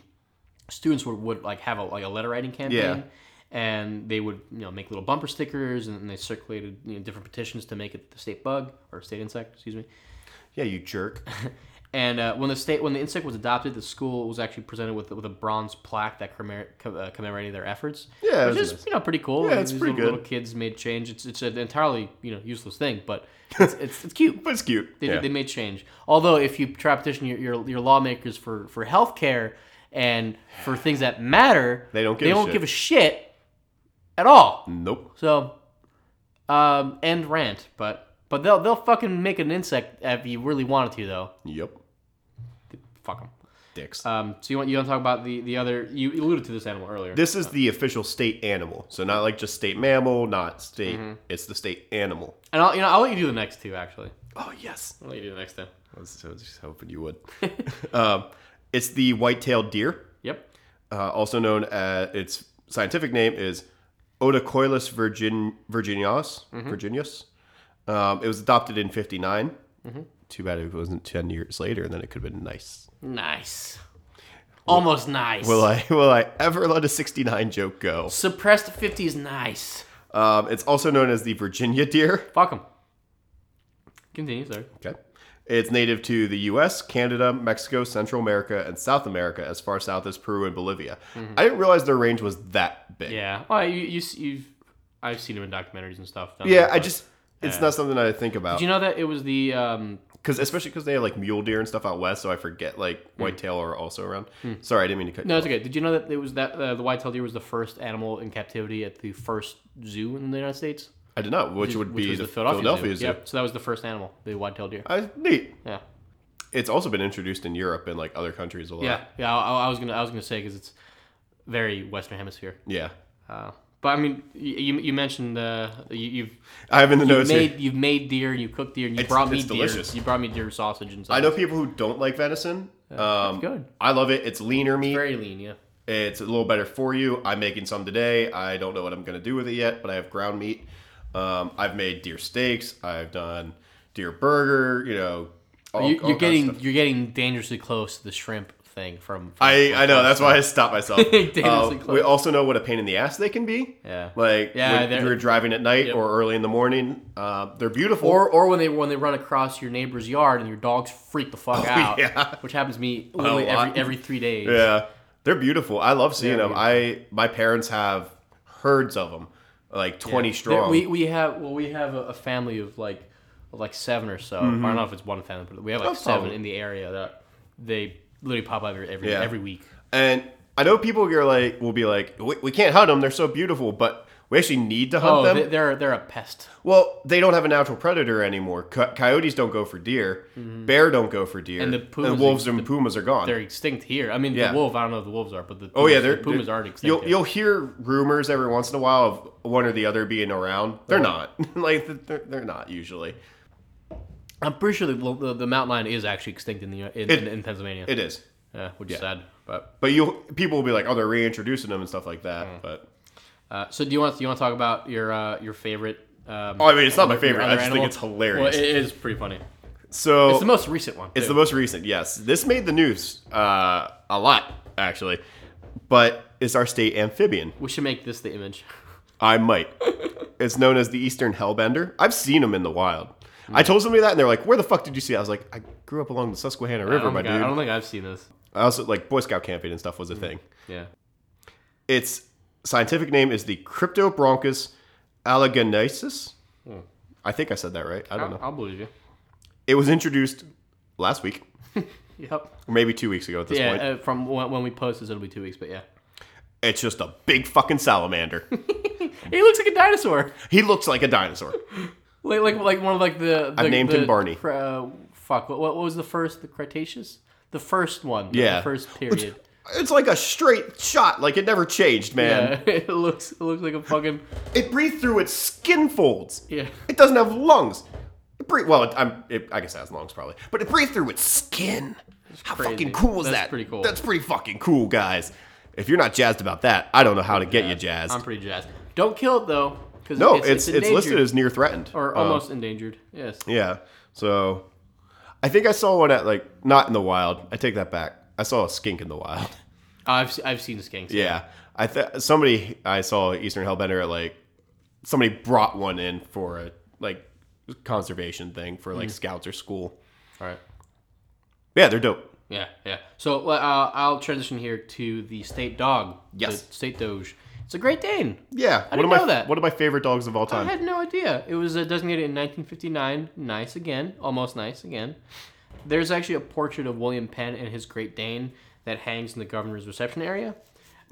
students would, would like have a like a letter writing campaign,
Yeah.
and they would you know make little bumper stickers and they circulated you know, different petitions to make it the state bug or state insect, excuse me.
Yeah, you jerk.
And uh, when the state when the insect was adopted, the school was actually presented with with a bronze plaque that commemor- co- uh, commemorated their efforts.
Yeah, it
which
was
is
nice.
you know pretty cool.
Yeah,
And
it's
these
pretty
little,
good.
Little kids made change. It's it's an entirely you know useless thing, but it's it's, it's cute.
but it's cute.
They,
yeah.
they made change. Although, if you try to petition your, your, your lawmakers for, for health care and for things that matter,
They don't give
they
a
don't
shit.
give a shit at all.
nope.
So, um, end rant. But but they'll they'll fucking make an insect if you really wanted to though.
Yep.
Fuck them.
Dicks.
Um, so you want you want to talk about the, the other? You alluded to this animal earlier.
this is the official state animal. So not like just state mammal, not state. It's the state animal.
and I'll you know I'll let you do the next two actually.
Oh yes.
I'll let you do the next two.
I was, I was just hoping you would. um, it's the white-tailed deer,
Yep.
uh, also known as its scientific name is Odocoilus virgin virginius. Virginius. Um, it was adopted in '59. Too bad it wasn't ten years later, and then it could have been nice.
Nice. Almost nice.
Will I will I ever let a 69 joke go?
Suppressed fifty is nice.
Um, it's also known as the Virginia deer.
Fuck them. Continue, sorry.
Okay. It's native to the US, Canada, Mexico, Central America, and South America, as far south as Peru and Bolivia. I didn't realize their range was that big.
Mm-hmm. Yeah. Well, you, you, s- you've, I've seen him in documentaries and stuff. don't
Yeah, I
you? But-
just, it's not something I think about.
Did you know that it was the, um,
Because, especially because they have like mule deer and stuff out west, so I forget like whitetail are also around. Sorry, I didn't mean to cut
Mm. Hmm. no, it's okay. Did you know that it was that, uh, the white-tailed deer was the first animal in captivity at the first zoo in the United States?
I did not, which would be
was
the, Philadelphia, Zoo.
Yep. So that was the first animal, the white-tailed deer.
I, neat.
Yeah.
It's also been introduced in Europe and like other countries a lot.
Yeah. Yeah. I, I was going to, I was going to say, cause it's very Western hemisphere.
Yeah.
Uh, but I mean, you, you, you mentioned, uh, you, you've
I have in the notes here.
made, you've made deer, you cooked deer, you
It's-
brought me
it's
deer,
delicious.
you brought me deer sausage and stuff.
I know people who don't like venison. Um,
good.
I love it. It's leaner meat.
Very lean, yeah.
It's a little better for you. I'm making some today. I don't know what I'm going to do with it yet, but I have ground meat. Um, I've made deer steaks. I've done deer burger. You know, all,
you,
all
you're
kinds of
getting
stuff.
you're getting dangerously close to the shrimp thing from. from
I,
from
I know
Costco.
that's why I stopped myself.
Dangerously
Uh, we
close.
also know what a pain in the ass they can be.
Yeah.
Like
Yeah,
when
they're-
you're driving at night
Yep.
or early in the morning. Uh, they're beautiful.
Or, or when they when they run across your neighbor's yard and your dogs freak the fuck out,
Oh, yeah.
which happens to me literally
lot.
every every three days.
Yeah, they're beautiful. I love seeing them. I my parents have herds of them, like twenty
There-
strong.
We we have well we have a, a family of like like seven or so. I don't know if it's one family, but we have like
Mm-hmm. Oh,
seven
probably.
in the area that they literally pop up every every,
Yeah.
every week.
And I know people are like, will be like, we, we can't hunt them. They're so beautiful, but we actually need to hunt
Oh,
them.
they, they're they're a pest.
well, they don't have a natural predator anymore. Co- coyotes don't go for deer. Bear don't go for deer.
Mm-hmm. And the pumas are-
wolves and pumas are gone.
They're extinct here. I mean,
Yeah.
the wolf. I don't know if the wolves are, but the pumas,
Oh yeah,
the
they're
pumas
they're-
aren't extinct.
You'll
here.
you'll hear rumors every once in a while of one or the other being around.
Oh.
They're not like they're, they're not usually.
I'm pretty sure the, the, the mountain lion is actually extinct in the in,
It-
in, in Pennsylvania.
It is,
yeah, which is sad. But
but you people will be like, oh, they're reintroducing them and stuff like that.
Mm.
But
uh, so do you want do you want to talk about your uh, your favorite? Um,
oh, I mean, it's not my
your
favorite. I
other
just
animal?
think it's hilarious.
Well, it is pretty funny.
so
It's the most recent one.
It's
too.
the most recent, yes. This made the news uh, a lot, actually. But it's our state amphibian.
we should make this the image.
I might. it's known as the Eastern Hellbender. I've seen them in the wild. I
Hmm.
told somebody that, and they're like, "Where the fuck did you see?" that?" I was like, "I grew up along the Susquehanna River,
oh
my
my God,
dude."
I don't Hmm. think I've seen this.
I also like Boy Scout camping and stuff was a thing.
Yeah.
Its scientific name is the Cryptobronchus alleganiensis.
Hmm.
I think I said that right. I don't
I'll,
know.
I'll believe you.
It was introduced last week,
Yep.
or maybe two weeks ago at this
Yeah,
point.
uh, from when, when we post this, it'll be two weeks. But yeah,
It's just a big fucking salamander.
he looks like a dinosaur,
He looks like a dinosaur.
like like, like one of like the. the
I've named
the-
him Barney.
Uh, fuck. What, what was the first? The Cretaceous. The first one. the-
Yeah.
The first period.
It's like a straight shot, like it never changed, man.
Yeah. it looks it looks like a fucking
It breathed through its skin folds.
yeah.
It doesn't have lungs. It breathe, well, it, I'm, it, I guess it has lungs probably, but it breathed through its skin. How
crazy.
fucking cool is
That's
that?
pretty cool.
That's pretty fucking cool, guys. If you're not jazzed about that, I don't know how to get you jazzed.
I'm pretty jazzed. Don't kill it though, because
no, it's it's,
endangered,
listed as Oh. near threatened.
or almost endangered. Yes.
Yeah. So I think I saw one at like not in the wild. I take that back. I saw a skink in the wild.
I've se- I've seen skinks.
Yeah, I th- somebody I saw Eastern Hellbender at like somebody brought one in for a like conservation thing for
Mm.
like scouts or school.
All right.
Yeah, they're dope.
Yeah, yeah. So uh, I'll transition here to the state dog.
Yes.
The state doge. It's a Great Dane.
Yeah, one
I didn't
of my
know that.
one of my favorite dogs of all
I
time.
had no idea. It was uh, designated in 1959. Nice again. Almost nice again. There's actually a portrait of William Penn and his Great Dane that hangs in the governor's reception area.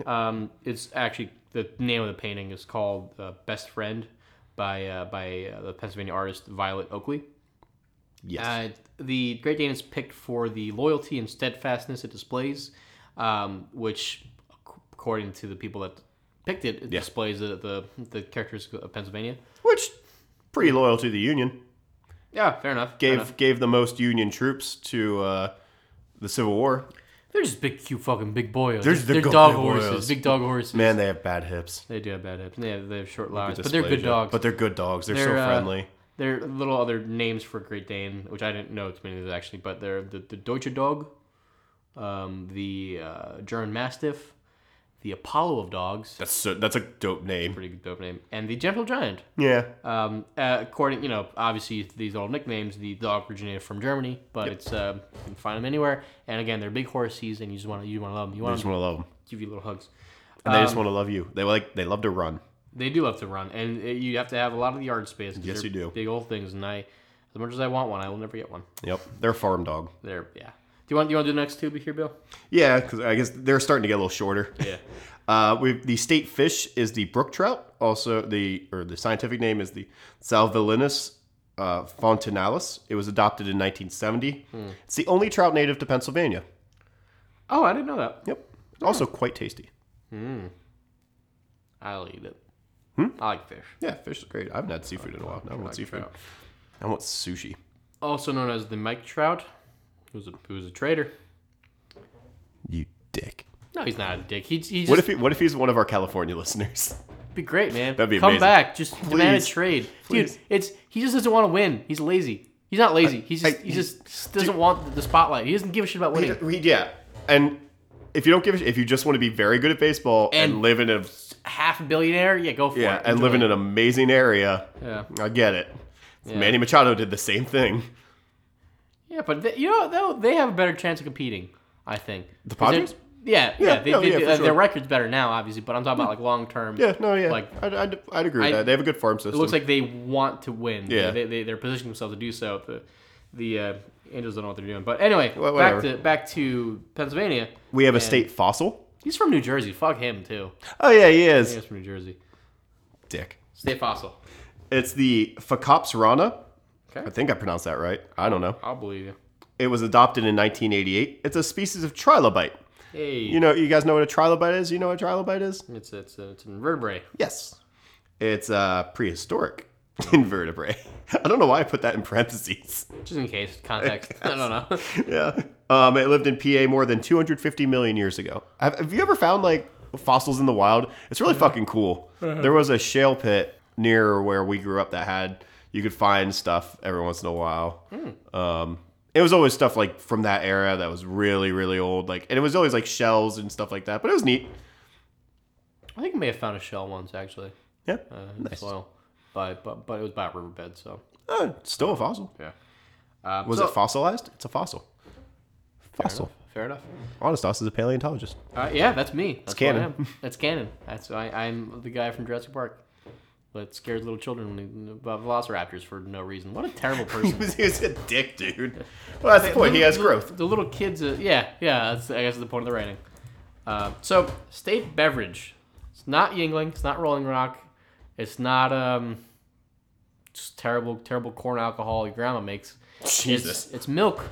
Um, it's actually the name of the painting is called uh, "Best Friend" by uh, by uh, the Pennsylvania artist Violet Oakley.
yes,
Uh, the Great Dane is picked for the loyalty and steadfastness it displays, um, which, ac- according to the people that picked it, it
Yeah.
displays the, the the characteristic of Pennsylvania.
which pretty loyal to the Union.
Yeah, fair enough. fair
Gave
enough.
gave the most Union troops to uh, the Civil War.
They're just big, cute, fucking big boyos.
They're-
They're,
they're good
dog
big
horses.
boyos.
Big dog horses.
Man, they have bad hips.
they do have bad hips. and They have, they have short
Good
lives, but they're
dysplasia.
good dogs.
But they're good dogs. They're, so
They're, uh,
friendly.
there are little other names for Great Dane, which I didn't know too many of those actually, but they're the, the Deutsche Dog, um, the uh, German Mastiff, the Apollo of dogs.
That's so, that's a dope name.
pretty dope name. And the Gentle Giant.
Yeah,
Um, uh, according, you know, obviously these old nicknames, the dog originated from Germany, but it's uh, you can find them anywhere. And again, they're big horses, and you just want to you want to love them. You
I
want
just
to
want to love them,
give you little hugs.
and they
Um,
just want to love you. They like they love to run.
They do love to run, and uh, you have to have a lot of yard space. 'cause
Yes,
they're
you do.
Big old things, and I, as much as I want one, I will never get one.
Yep, they're a farm dog.
They're yeah. Do you want do you want to do the next two here, Bill?
Yeah, because I guess they're starting to get a little shorter.
Yeah.
Uh, we the state fish is the brook trout. Also, the or the scientific name is the Salvelinus uh, fontinalis. It was adopted in 1970.
Hmm.
It's the only trout native to Pennsylvania.
Oh, I didn't know that.
Yep.
Hmm.
Also quite tasty.
I'll eat it.
Hmm?
I like fish,
Yeah, fish is great. I haven't had seafood in a while. Now I want seafood.
Uh, trout.
I want sushi.
also known as the Mike Trout, who's a who's a trader.
You dick.
No, he's not a dick. He, he just
What if he, what if he's one of our California listeners?
be great, man.
That'd be
Come
amazing.
back, just demand a
Please.
trade,
Please.
dude. It's he just doesn't want to win. He's lazy. He's not lazy. He's just,
I-
he just doesn't want the spotlight. He doesn't give a shit about winning.
We- yeah. And if you don't give a, sh- if you just want to be very good at baseball and,
And-
live in a
Half a billionaire, yeah, go for
yeah
it.
and
Enjoy
live in
it.
an amazing area,
yeah,
I get it. Manny Machado did the same thing.
yeah, but they, you know though they have a better chance of competing. I think the
Padres?
Yeah,
Yeah,
yeah, they,
no,
they-
yeah, for
uh,
sure.
their record's better now, obviously, but I'm talking about like long term.
Yeah, no, yeah.
Like-
I'd, I'd, I'd agree with
I-
that. They have a good farm system.
It looks like they want to win.
Yeah.
they, they, they're positioning themselves to do so. The the uh, Angels don't know what they're doing. But anyway,
Wha-
back
whatever.
to back to Pennsylvania.
we have a
and-
state fossil.
He's from New Jersey. Fuck him too.
Oh yeah, he is.
He's from New Jersey.
Dick.
Stay fossil.
It's the Phacops rana.
Okay.
I think I pronounced that right. I don't know.
I'll believe you.
It was adopted in 1988. It's a species of trilobite.
Hey,
You know, you guys know what a trilobite is? You know what a trilobite is?
it's it's it's an invertebrate.
Yes. It's a prehistoric invertebrate. I don't know why I put that in parentheses.
Just in case context. I don't know.
yeah. Um, it lived in PA more than 250 million years ago. Have, have you ever found like fossils in the wild? It's really fucking cool.
Uh-huh.
There was a shale pit near where we grew up that had you could find stuff every once in a while.
Hmm.
Um, it was always stuff like from that era that was really really old, like, and it was always like shells and stuff like that. But it was neat.
I think I may have found a shell once actually.
Yeah,
Uh, nice. Soil, but but but it was by a riverbed, so
Uh, it's still a fossil.
yeah. Um,
Was
so-
it fossilized? It's a fossil. Fossil.
Fair enough.
Honest, us is a paleontologist.
Uh, yeah, that's me. That's
canon.
What I am. That's canon. That's I, I'm the guy from Jurassic Park that scares little children when they- about velociraptors for no reason. What a terrible
he,
person.
was, he was a dick, dude. Well, that's the point. He has growth.
the little kids. Uh, yeah, yeah. That's I guess the point of the writing. Uh, so state beverage. It's not Yingling. It's not Rolling Rock. It's not um. Just terrible, terrible corn alcohol your grandma makes.
Jesus.
It's, it's milk.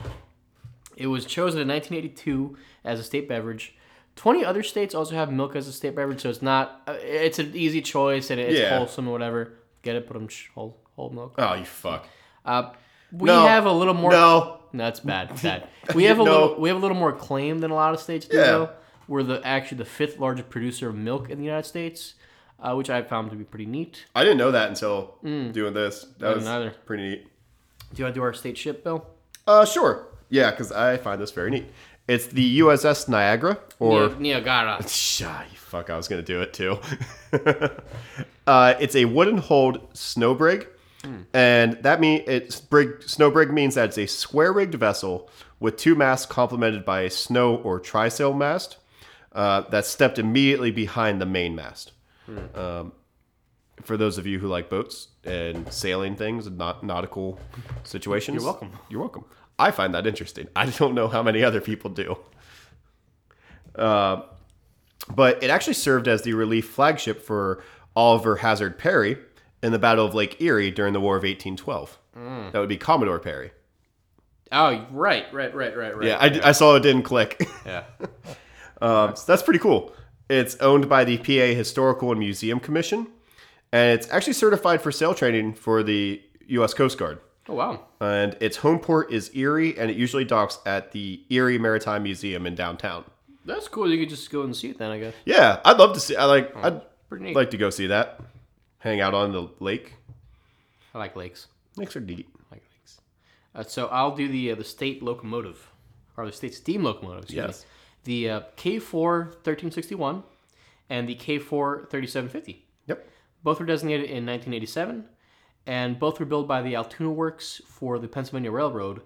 It was chosen in 1982 as a state beverage. 20 other states also have milk as a state beverage, so it's not. uh, It's an easy choice and it's
Yeah.
wholesome or whatever. Get it, put them whole whole milk.
Oh, you fuck.
Uh, we
No.
have a little more.
No.
no, it's bad. It's bad. We have a
No.
little. We have a little more claim than a lot of states do.
Yeah.
Though. We're the actually the fifth largest producer of milk in the United States, uh, which I found to be pretty neat.
I didn't know that until doing this. That
Hmm. didn't
was
either.
pretty neat.
Do you want to do our state ship, Bill?
Uh, sure. Yeah, because I find this very neat. It's the USS Niagara, or
Ne- Niagara.
Shah, you fuck, I was gonna do it too. uh, it's a wooden hulled snow brig, and that mean it's brig snow brig means that it's a square rigged vessel with two masts complemented by a snow or trysail mast uh, that's stepped immediately behind the main mast. Um, for those of you who like boats and sailing things and not nautical situations, you're
welcome.
You're welcome. I find that interesting. I don't know how many other people do but it actually served as the relief flagship for Oliver Hazard Perry in the Battle of Lake Erie during the War of 1812. That would be Commodore Perry.
Oh, right, right, right, right, right.
Yeah, I, I saw it didn't click.
yeah.
Um, so that's pretty cool. It's owned by the PA Historical and Museum Commission, and it's actually certified for sail training for the U.S. Coast Guard.
Oh wow.
And its home port is Erie, and it usually docks at the Erie Maritime Museum in downtown.
That's cool. You could just go and see it then, I guess.
Yeah, I'd love to see. I like. I'd
Pretty neat.
like to go see that. Hang out on the lake.
I like lakes.
Lakes are deep.
I like lakes. Uh, so I'll do the uh, the state locomotive, or the state steam locomotive. Excuse
Yes.
Me. The uh, K4 1361 and the K4 3750.
Yep.
Both were designated in 1987, and both were built by the Altoona Works for the Pennsylvania Railroad,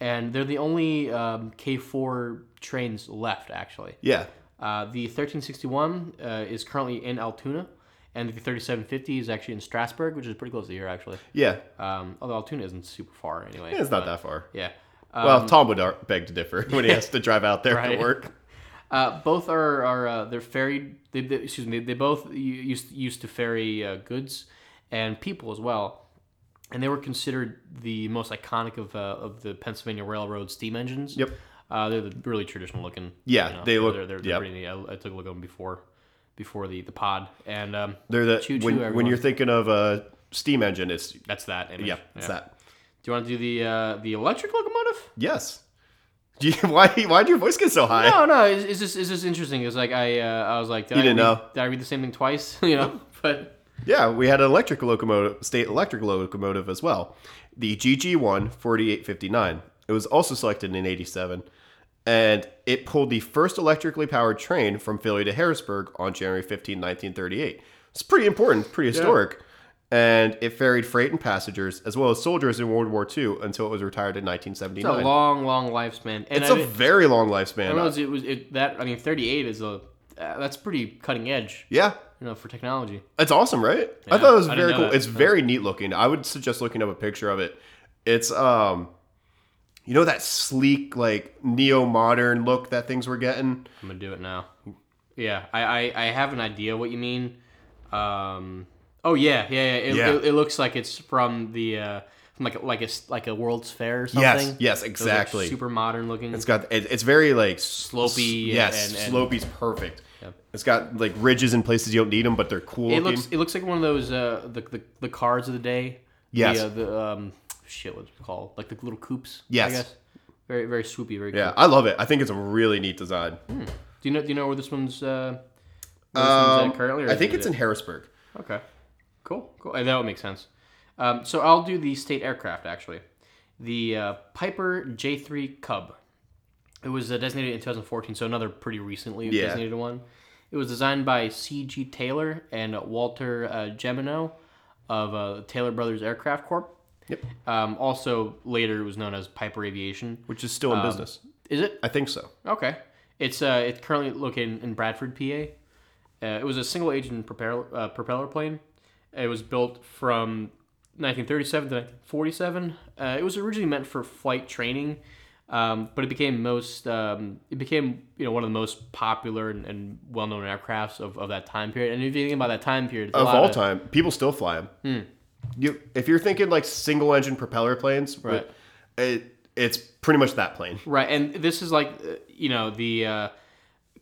and they're the only um, K4 trains left actually.
Yeah.
Uh, the 1361 uh, is currently in Altoona, and the 3750 is actually in Strasbourg, which is pretty close to here, actually.
Yeah.
Um, although Altoona isn't super far anyway.
It's not that far.
Yeah. Uh,
well, Tom would ar- beg to differ when he has to drive out there
Right.
to work.
uh, both are, are uh, they're ferried. They, they, excuse me. They both u- used used to ferry uh, goods and people as well, and they were considered the most iconic of uh, of the Pennsylvania Railroad steam engines.
Yep.
Uh, they're the really traditional looking.
Yeah, they look-
They're, they're, they're
yep.
pretty neat. I, I took a look at them before, before the, the pod, and um,
They're the
Choo-choo,
when, when
everyone.
you're thinking of a steam engine, it's
that's that. Image.
yeah, it's
Yeah.
that.
Do you want to do the uh, the electric locomotive?
Yes. Do you, why why did your voice get so high?
No, no. Is, is this is this interesting? It's like I uh, I was like, did
You
I
didn't
read,
know.
Did I read the same thing twice? you know, but.
Yeah, we had an electric locomotive, state electric locomotive as well, the GG1 4859. It was also selected in 87, and it pulled the first electrically powered train from Philly to Harrisburg on January 15, 1938. It's pretty important, pretty historic. and it ferried freight and passengers as well as soldiers in World War II until it was retired in
It's a
1979.
long, long lifespan. And
It's
I
a
mean-
very long
I
lifespan.
don't know, it was it, that. I mean, 38 is a uh, that's pretty cutting edge,
yeah,
you know, for technology.
It's awesome, right? I
Yeah,
thought it was
I didn't
very
know
cool.
that.
It's very neat looking. I would suggest looking up a picture of it. It's um you know that sleek like neo-modern look that things were getting?
I'm gonna do it now. Yeah, I I, I have an idea what you mean. Um, oh yeah, yeah, yeah. It,
Yeah.
It, it looks like it's from the uh, from like a- like a s- like a World's Fair or something.
Yes, yes,
It was, like,
exactly.
super modern looking.
It's got it, it's very like s-
Slopey
yes,
and- and-
slopey's perfect. It's got like ridges in places you don't need them, but they're cool
it
looking.
looks it looks like one of those uh the the, the cars of the day.
Yes.
The, uh, the um shit what's it called like the little coops.
Yes.
I guess. Very very swoopy. Very
yeah,
cool.
I love it. I think it's a really neat design.
Do you know do you know where this one's uh. where this one's at
Um,
currently, or
I
is
think
it-
it's in Harrisburg.
Okay. Cool. Cool. And that would make sense. Um, so I'll do the state aircraft actually. The uh, Piper J3 Cub. It was uh, designated in 2014, so another pretty recently
Yeah.
designated one. It was designed by C.G. Taylor and Walter uh, Gemino of uh, Taylor Brothers Aircraft Corp.
Yep.
Um, also, later it was known as Piper Aviation.
Which is
Um,
still in business.
Is it?
I think so.
Okay. It's uh, it's currently located in Bradford, PA. Uh, it was a single engine propeller uh, propeller plane. It was built from 1937 to 1947. Uh, it was originally meant for flight training, um, but it became most um, it became you know one of the most popular and, and well known aircrafts of, of that time period. And if you think about that time period, it's a
of
lot
all time, people still fly them.
Hmm.
You, if you're thinking like single engine propeller planes,
Right.
It, it's pretty much that plane.
Right, and this is like uh, you know the uh,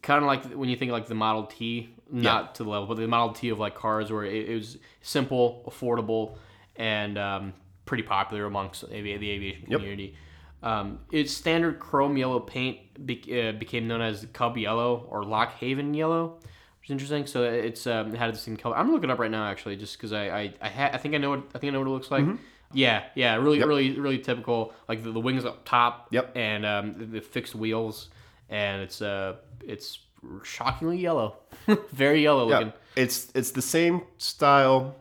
kind of like when you think like the Model T, not to the level, but the Model T of like cars, where it, it was simple, affordable, and um, pretty popular amongst avi- the aviation community. Um, its standard chrome yellow paint be- uh, became known as Cub Yellow or Lock Haven Yellow, which is interesting. So it's um, it had the same color. I'm looking it up right now actually, just because I I I, ha- I think I know what I think I know what it looks like. Yeah, yeah, really, really, really typical. Like the, the wings up top,
Yep.
and um, the, the fixed wheels, and it's uh, it's shockingly yellow, very yellow
Yeah.
looking.
It's it's the same style.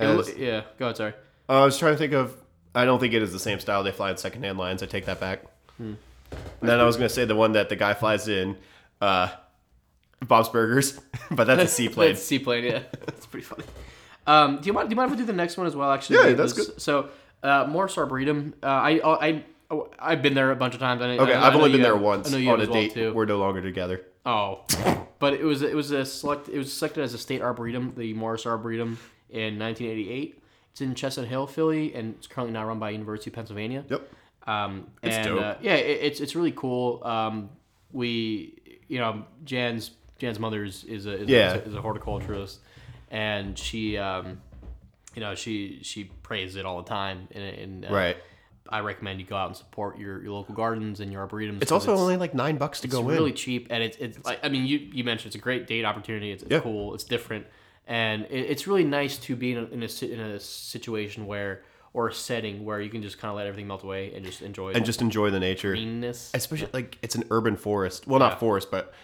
It loo-
As,
yeah, go ahead, sorry.
I was trying to think of. I don't think it is the same style they fly in secondhand lines. I take that back.
Hmm.
And then I was gonna say the one that the guy flies in, uh, Bob's Burgers, but that's a seaplane.
That's seaplane, yeah. That's pretty funny. Um, do you mind? Do you mind if we do the next one as well? Actually,
Yeah,
It
that's
was- So, uh, Morris Arboretum. Uh, I, I, I, I've been there a bunch of times. and I,
Okay,
I,
I've
I know
only been
you
there
have-
once
I
on
know you have
a
as well,
date.
Too.
We're no longer together.
Oh, but it was it was a select it was selected as a state arboretum, the Morris Arboretum, in 1988. It's in Chestnut Hill, Philly, and it's currently now run by University of Pennsylvania.
Yep.
Um, and,
dope.
Uh, yeah, it, it's it's really cool. Um, we, you know, Jan's Jan's mother is is a is,
Yeah.
a, is a horticulturist, and she, um, you know, she she praises it all the time. And, and uh,
Right.
I recommend you go out and support your, your local gardens and your arboretums.
It's
'cause
also only like nine bucks to go
it's really
in.
cheap and it's, it's like, i mean you, you mentioned it's a great date opportunity it's, it's
Yeah.
cool it's different and it, it's really nice to be in a, in a si- in a situation where or a setting where you can just kind of let everything melt away and just enjoy
And just enjoy the nature.
greenness
especially like it's an urban forest. Well, not forest, but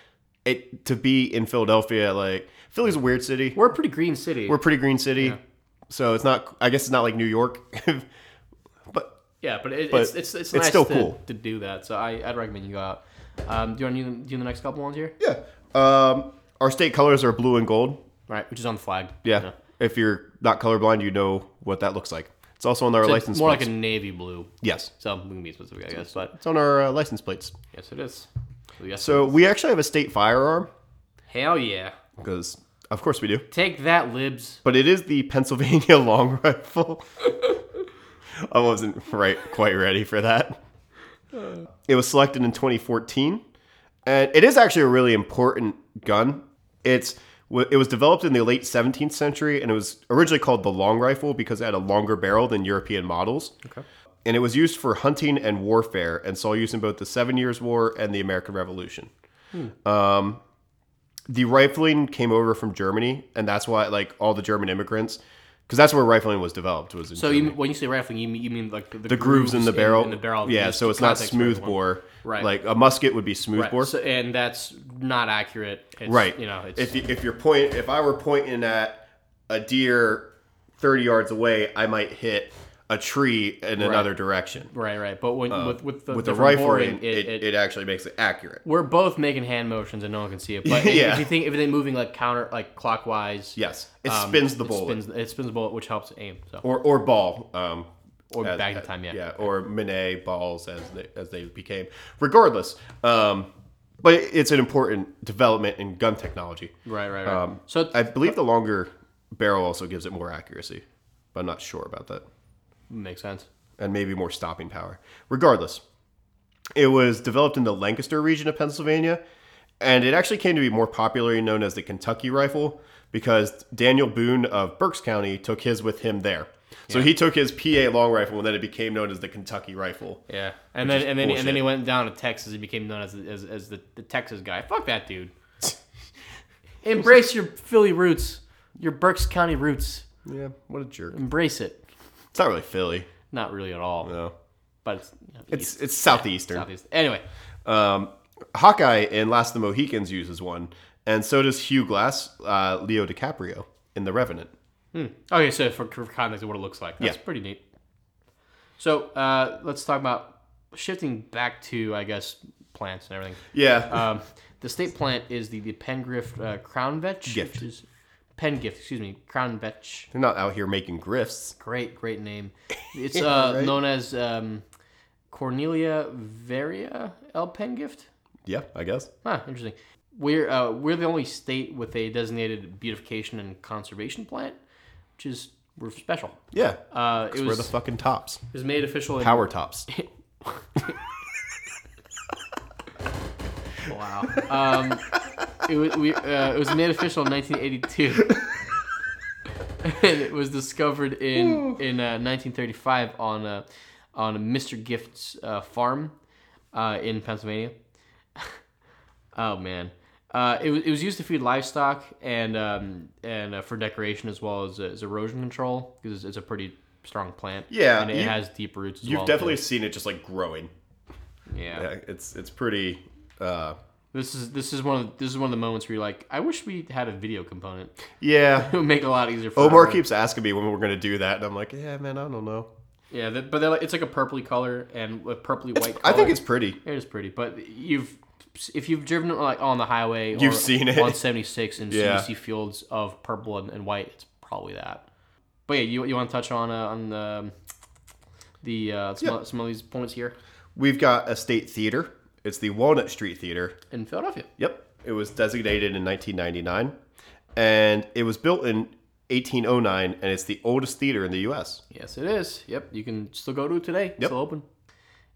it to be in Philadelphia. Like Philly's a weird city. We're,
we're a pretty green city
we're a pretty green city, so it's not. I guess it's not like New York, but
yeah but, it,
but
it's, it's, it's,
it's
nice
still
to,
cool.
to do that so I, i'd recommend you go out um, do you want to do, the next couple ones here
yeah. Um, our state colors are blue and gold.
right which is on the flag
Yeah.
you know.
If you're not colorblind, you know what that looks like. It's also on our
So
license
it's more
plates.
like a navy blue
yes,
so we can be specific i guess but
it's on our uh, license plates.
yes it is so, yes,
So we actually have a state firearm
hell yeah
because, of course, we do.
take that libs
but it is the Pennsylvania long rifle. I wasn't right quite ready for that. It was selected in 2014, and it is actually a really important gun. It's it was developed in the late 17th century, and it was originally called the long rifle because it had a longer barrel than European models. Okay. And it was used for hunting and warfare, and saw use in both the Seven Years' War and the American Revolution Um, the rifling came over from Germany, and that's why like all the German immigrants, because that's where rifling was developed was in
So you,
Germany.
mean- when you say rifling, you mean, you mean like the,
the grooves in the barrel,
In, the barrel.
yeah.
just
So it's not
context for everyone.
smoothbore,
Right.
Like a musket would be
Right.
smoothbore,
So- and that's not accurate. It's,
right?
You know, it's
if you, if you're point if I were pointing at a deer 30 yards away, I might hit a tree in another direction.
Right, right. But when with with the,
Uh, With the
different
rifle,
boarding,
it, it, it actually makes it accurate.
we're both making hand motions and no one can see it. But
Yeah.
if you think if they moving like counter like clockwise,
Yes, it
um,
spins the
it
bullet
Spins, it spins the bullet, which helps aim. So
or or ball. Um,
Or back in time, yeah.
yeah, or Manet balls as they as they became. Regardless, um, but it's an important development in gun technology.
right, right, right. so
Um, I believe the longer barrel also gives it more accuracy, but I'm not sure about that.
makes sense.
And maybe more stopping power. Regardless, it was developed in the Lancaster region of Pennsylvania, and it actually came to be more popularly known as the Kentucky rifle because Daniel Boone of Berks County took his with him there. So he took his PA long rifle, and then it became known as the Kentucky rifle.
Yeah, and then
is
and then and then he
bullshit.
went down to Texas and became known as as, as the, the Texas guy. Fuck that dude. Embrace your Philly roots, your Berks County roots.
Yeah, what a jerk!
Embrace it.
It's not really Philly,
Not really at all,
no.
but it's you know,
It's it's southeastern.
obvious. Anyway,
Um, Hawkeye in Last of the Mohicans uses one, and so does Hugh Glass, uh, Leo DiCaprio in The Revenant.
hmm. okay. So for, for context of what it looks like, that's
Yeah.
pretty neat. So uh, let's talk about shifting back to I guess plants and everything.
Yeah,
Um, the state plant is the the Pengrift uh, Crown Vetch,
Gift.
which is Penn Gift. Excuse me, Crown Vetch.
they're not out here making grifts.
Great, great name. It's uh, known as um, Cornelia Varia Elpengift.
Yeah, I guess.
Huh, interesting. We're uh, we're the only state with a designated beautification and conservation plant, which is we're special.
Yeah,
Uh, it
we're
was
the fucking tops,
it was made official. In,
power tops.
Wow. Um, it, was, we, uh, it was made official in 1982. and it was discovered in in uh, 1935 on a, on a Mr. Gift's uh, farm uh, in Pennsylvania. oh man. Uh, it, was, it was used to feed livestock and um, and uh, for decoration as well as, as erosion control because it's, it's a pretty strong plant.
Yeah,
and it
you-
has deep roots. As
You've
well, too.
definitely seen it just like growing.
yeah.
Yeah, it's it's pretty. Uh,
This is this is one of this is one of the moments where you're like, I wish we had a video component.
yeah.
It would make it a lot easier for
Omar
everyone.
keeps asking me when we're gonna do that, and I'm like, yeah, man, I don't know.
Yeah, that, but they're like, it's like a purpley color and a purpley white.
I
Color.
think it's pretty.
it is pretty, but you've if you've driven like on the highway,
You've seen it.
on seventy six and
Yeah.
CDC fields of purple and, and white. It's probably that. But yeah, you you want to touch on uh, on the the uh, some, some of these points here
We've got a state theater. It's the Walnut Street Theater.
in Philadelphia.
Yep. It was designated in 1999 and it was built in 1809 and it's the oldest theater in the US.
Yes, it is. Yep, you can still go to it today. It's
Yep.
Still open.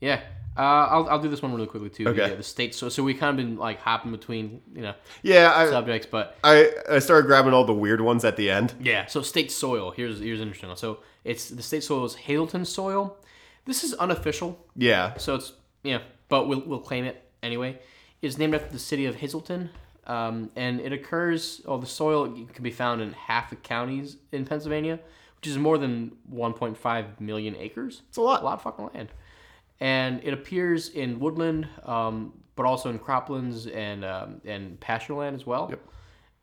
Yeah, uh, I'll, I'll do this one really quickly too.
Okay.
The, the state. So so we kind of been like hopping between you know
Yeah,
subjects, but
I, I I started grabbing all the weird ones at the end.
yeah. So state soil. Here's here's an interesting. one. So it's the state soil is Hazleton soil. This is unofficial,
Yeah.
so it's yeah, but we'll we'll claim it anyway. It's named after the city of Hazleton. Um, and it occurs, or the soil can be found in half the counties in Pennsylvania, which is more than 1.5 million acres.
It's a lot.
a lot of fucking land. And it appears in woodland, um, but also in croplands and um, and pasture land as well.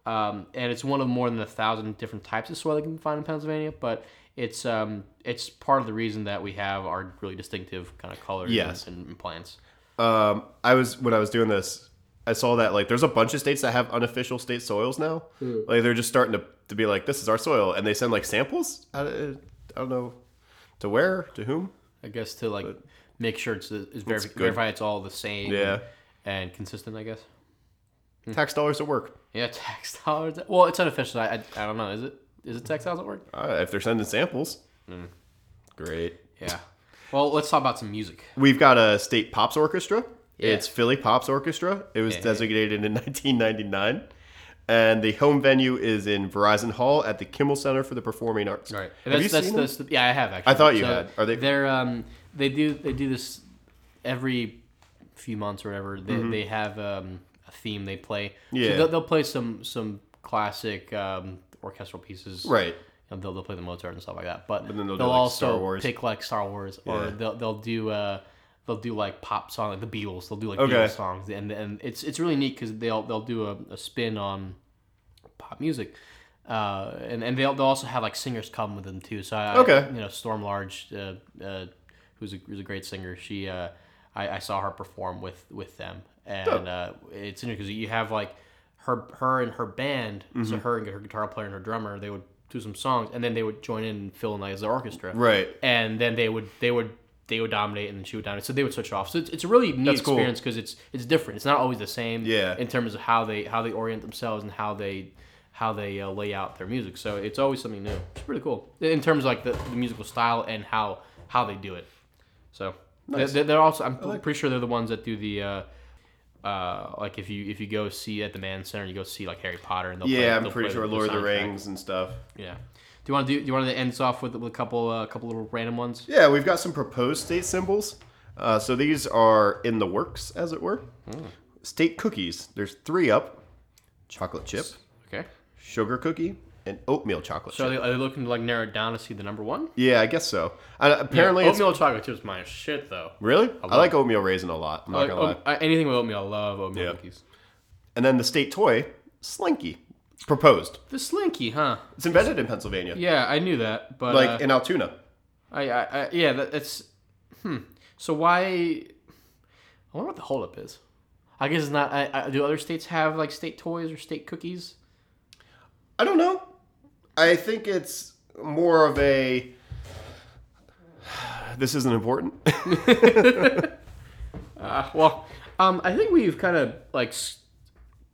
Um, and it's one of more than a thousand different types of soil that can be found in Pennsylvania. But it's um, it's part of the reason that we have our really distinctive kind of colors
Yes.
and, and plants.
Um I was when I was doing this, I saw that like there's a bunch of states that have unofficial state soils now. Like they're just starting to, to be like this is our soil and they send like samples. I, I don't know to where, to whom.
I guess to like make sure it's, it's ver-
good.
verify it's all the same.
Yeah.
And consistent, I guess.
Tax dollars at work.
Yeah, textiles. Well, it's unofficial. I, I, I don't know. Is it is it textiles at work?
Uh, if they're sending samples. Great.
Yeah. Well, let's talk about some music.
We've got a state pops orchestra.
Yeah.
It's Philly Pops Orchestra. It was designated in 1999. And the home venue is in Verizon Hall at the Kimmel Center for the Performing Arts.
Right.
Have
that's,
you
that's,
seen
that's the, yeah, I have actually.
I thought you had. Are they-
They're um they do they do this every few months or whatever. They, they have um a theme they play.
Mm-hmm. Yeah.
So they'll, they'll play some some classic um orchestral pieces.
them? Right.
And they'll, they'll play the Mozart and stuff like that. But,
then
they'll,
they'll do, like,
also
Star Wars.
pick like Star Wars or
Yeah.
they'll they'll do uh they'll do like pop song like the Beatles. They'll do like
Okay.
Beatles songs and and it's it's really neat because they'll they'll do a, a spin on pop music. Uh, and and they'll, they'll also have like singers come with them too. So I,
Okay.
you know Storm Large, uh, uh, who's a who's a great singer. She uh, I, I saw her perform with with them, and uh, it's interesting because you have like her her and her band. So her and her guitar player and her drummer, they would do some songs, and then they would join in and fill in like as the orchestra
Right.
and then they would they would they would dominate and then she would dominate so they would switch off so it's, it's a really neat
That's cool.
experience because it's it's different it's not always the same
Yeah.
in terms of how they how they orient themselves and how they how they uh, lay out their music so it's always something new it's pretty cool in terms of like the, the musical style and how how they do it so they, they're also i'm pretty sure they're the ones that do the uh uh, like if you if you go see at the Man Center, you go see like Harry Potter and they'll play,
Yeah, I'm
they'll
pretty
play
sure Lord of the
soundtrack.
Rings and stuff.
Yeah, do you want to do, do you want to end us off with, with a couple uh, couple little random ones?
Yeah, we've got some proposed state symbols. Uh, so these are in the works, as it were.
Hmm.
State cookies. There's three up: chocolate chip,
Okay.
sugar cookie, and oatmeal chocolate
So are
chip.
they, are they looking to like narrow it down to see the number one?
Yeah, I guess so. Uh, apparently, it's
oatmeal chocolate chip is my shit though.
really. I, like oatmeal raisin a lot. I'm not
Like,
gonna lie.
oat- uh, anything with oatmeal, I love oatmeal
Yeah.
cookies.
And then the state toy, Slinky, proposed.
The slinky, huh?
It's invented in Pennsylvania,
Yeah, I knew that, but
like
uh,
in Altoona.
I, I, I, yeah, that, that's. Hmm. So why? I wonder what the holdup is. I guess it's not. I, I, do other states have like state toys or state cookies?
I don't know. I think it's more of a. This isn't important.
Uh, well, um, I think we've kind of like,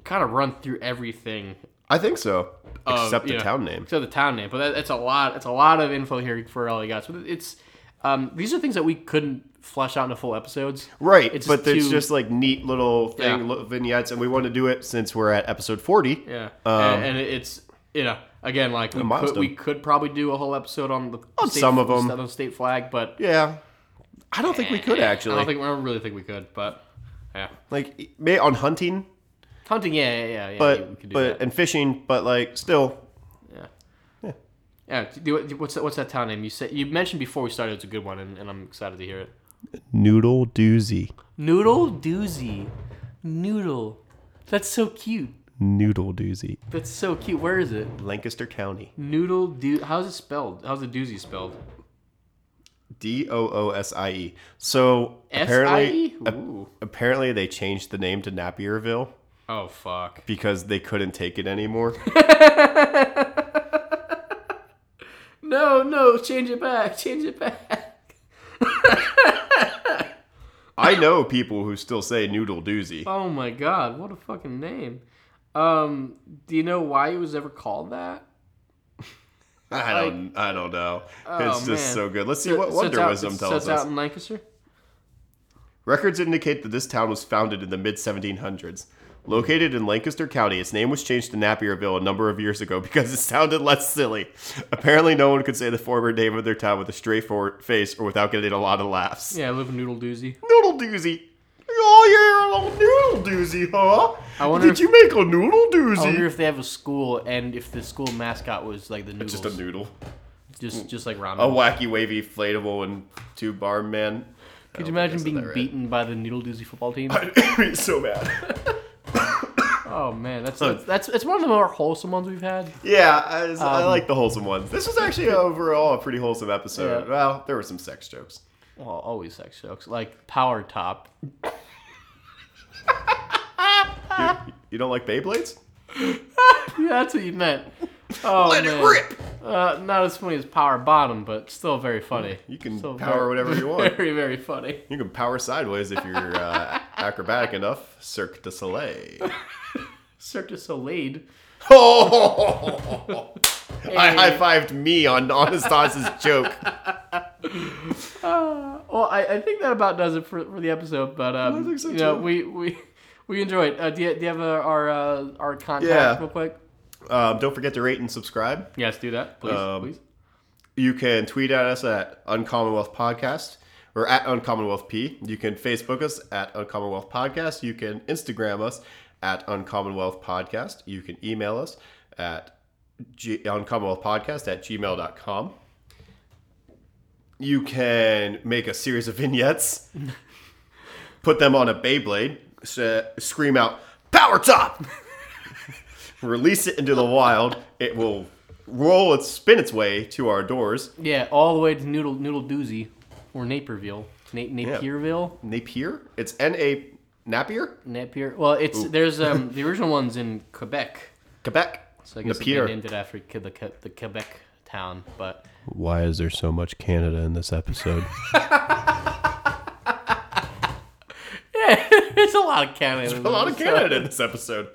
kind of run through everything
I think so. Except the
Oh, yeah.
town name.
So the town name, but that, that's a lot. It's a lot of info here for all you guys. But it's um, these are things that we couldn't flesh out into full episodes.
Right,
It's
but there's
too-
just like neat little thing,
Yeah.
little vignettes, and we want to do it since we're at episode 40.
Yeah,
Um,
and, and it's you know again like we could,
milestone.
we could probably do a whole episode on the on
some of 'em.
state flag, but eh,
Yeah. I don't think we could
I
actually.
don't think I don't really think we could, but yeah,
like may on hunting,
hunting, yeah, yeah, yeah, yeah
but
we could do
but
that.
and fishing, but like still
yeah. Yeah, do, do- what's that, what's that town name? You said you mentioned before we started. It's a good one, and, and I'm excited to hear it.
noodle doozy.
Noodle doozy, noodle. That's so cute.
Noodle doozy.
That's so cute. Where is it?
Lancaster County.
Noodle do. How's it spelled? How's the doozy spelled?
D O O S I E. So
S I
apparently
E.
ap-
Ooh.
apparently they changed the name to Napierville
Oh fuck.
because they couldn't take it anymore.
No, no. Change it back. Change it back.
I know people who still say noodle doozy.
Oh my god. What a fucking name. Um. Do you know why it was ever called that?
I don't I don't know. it's just
oh, man.
so good. Let's see what Wonder
out,
Wisdom
it's- so
tells
it's
us.
out in Lancaster.
Records indicate that this town was founded in the mid 1700s. Located in Lancaster County, its name was changed to Napierville a number of years ago because it sounded less silly. Apparently, no one could say the former name of their town with a straightforward face or without getting a lot of laughs.
Yeah, I live in Noodle Doozy.
Noodle doozy. Oh, you're a little noodle doozy, huh?
I wonder
Did
if-
you make a noodle
I wonder
doozy?
if they have a school and if the school mascot was like the noodles,
Just a Oh, noodle.
just just like ramen.
A wacky, wavy, inflatable, and two bar man. I don't think
Could you
I
imagine
said
being
that right.
beaten by the Noodle Doozy football team?
I'd be so bad.
Oh man, that's that's, that's it's one of the more wholesome ones we've had.
Yeah, I, I
Um,
like the wholesome ones. This was actually overall a pretty wholesome episode.
Yeah.
Well, there were some sex jokes.
Well, always sex jokes like Power Top.
You don't like Beyblades?
Yeah, that's what you meant. Oh
Let
man,
it rip!
Uh, not as funny as Power Bottom, but still very funny.
You can
Still
power whatever you want.
Very very funny.
You can power sideways if you're uh, acrobatic enough. Cirque du Soleil.
Cirque du Soleil.
Oh! I high fived me on Anastas's joke.
Well, I, I think that about does it for, for the episode. But um,
I think so,
you know,
too.
we we we enjoyed. Uh, do, you, do you have uh, our uh, our contact
Yeah.
real quick?
Um, don't forget to rate and subscribe.
Yes, do that, please,
Um,
please.
You can tweet at us at Uncommonwealth Podcast or at Uncommonwealth P. You can Facebook us at Uncommonwealth Podcast. You can Instagram us at Uncommonwealth Podcast. You can email us at G- uncommonwealthpodcast at gmail.com. You can make a series of vignettes, put them on a Beyblade, s- scream out, Power Top! release it into the wild. It will roll and spin its way to our doors.
Yeah, all the way to Noodle Noodle Doozy or Naperville. Na- Napierville?
Napier? It's N A Napier?
Napier. Well, it's there's um the original one's in Quebec.
Quebec?
So I guess
Napier.
they named it after Ke- the, Ke- the Quebec town, but
Why is there so much Canada in this episode?
it's a lot of Canada.
a lot of Canada in this episode.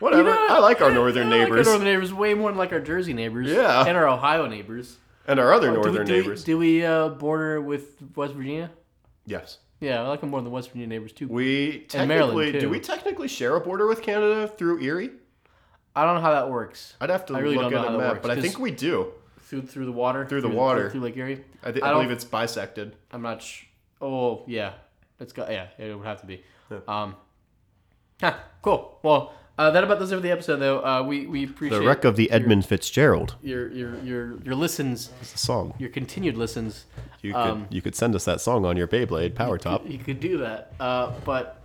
Whatever. I like our northern neighbors
Like our northern neighbors way more than like our Jersey neighbors.
Yeah.
And our Ohio neighbors.
and our other
Oh, Do we-
northern
do we,
neighbors.
Do we uh, border with West Virginia?
yes.
Yeah, I like them more than West Virginia neighbors too.
We
And Maryland,
technically do
too.
we technically share a border with Canada through Erie?
I don't know how that works.
I'd have to
I really
look
don't know
at a
how that
map,
works,
but I
'cause-
think we do.
Through through the water.
Through the water.
Through, Lake Erie.
I, th-
I
I,
don't-
believe it's bisected.
I'm not. Sh- oh yeah, it's got yeah. It would have to be. Um, huh, cool. Well, uh, that about does it for the episode though. Uh, we we appreciate
of the Edmund Fitzgerald.
your your your your listens,
It's a song.
your continued listens.
You could
Um,
you could send us that song on your Beyblade power top.
You could do that, uh, but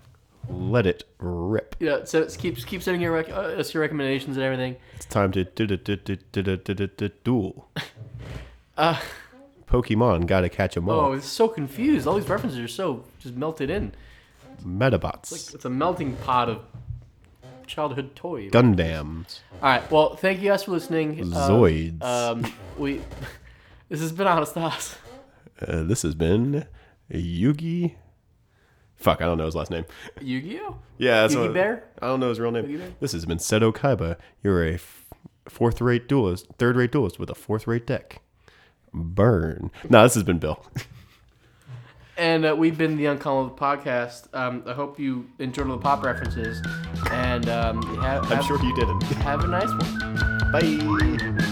Let it rip.
you know, so it's keep keep sending your rec- uh, us your recommendations and everything.
It's time to do- do- do- do- do- do- do- do- do- duel. Pokemon gotta catch 'em
Uh. Oh, it's so confused. All these references are so just melted in.
Metabots,
It's a melting pot of childhood toys.
Gundams,
All right. Well, thank you guys for listening. Uh,
Zoids.
Um, we. This has been honest house.
Uh, this has been Yugi. Fuck, I don't know his last name.
Yu-Gi-Oh.
Yeah, that's
Yugi
what-
Bear?
I don't know his real name.
Bear?
This has been Seto Kaiba. You're a f- fourth-rate duelist, third-rate duelist with a fourth-rate deck. Burn. No, this has been Bill.
And uh, we've been the Uncommonable podcast. Um, I hope you enjoyed all the pop references, and um, have,
I'm
have-
sure you didn't.
have a nice one.
Bye.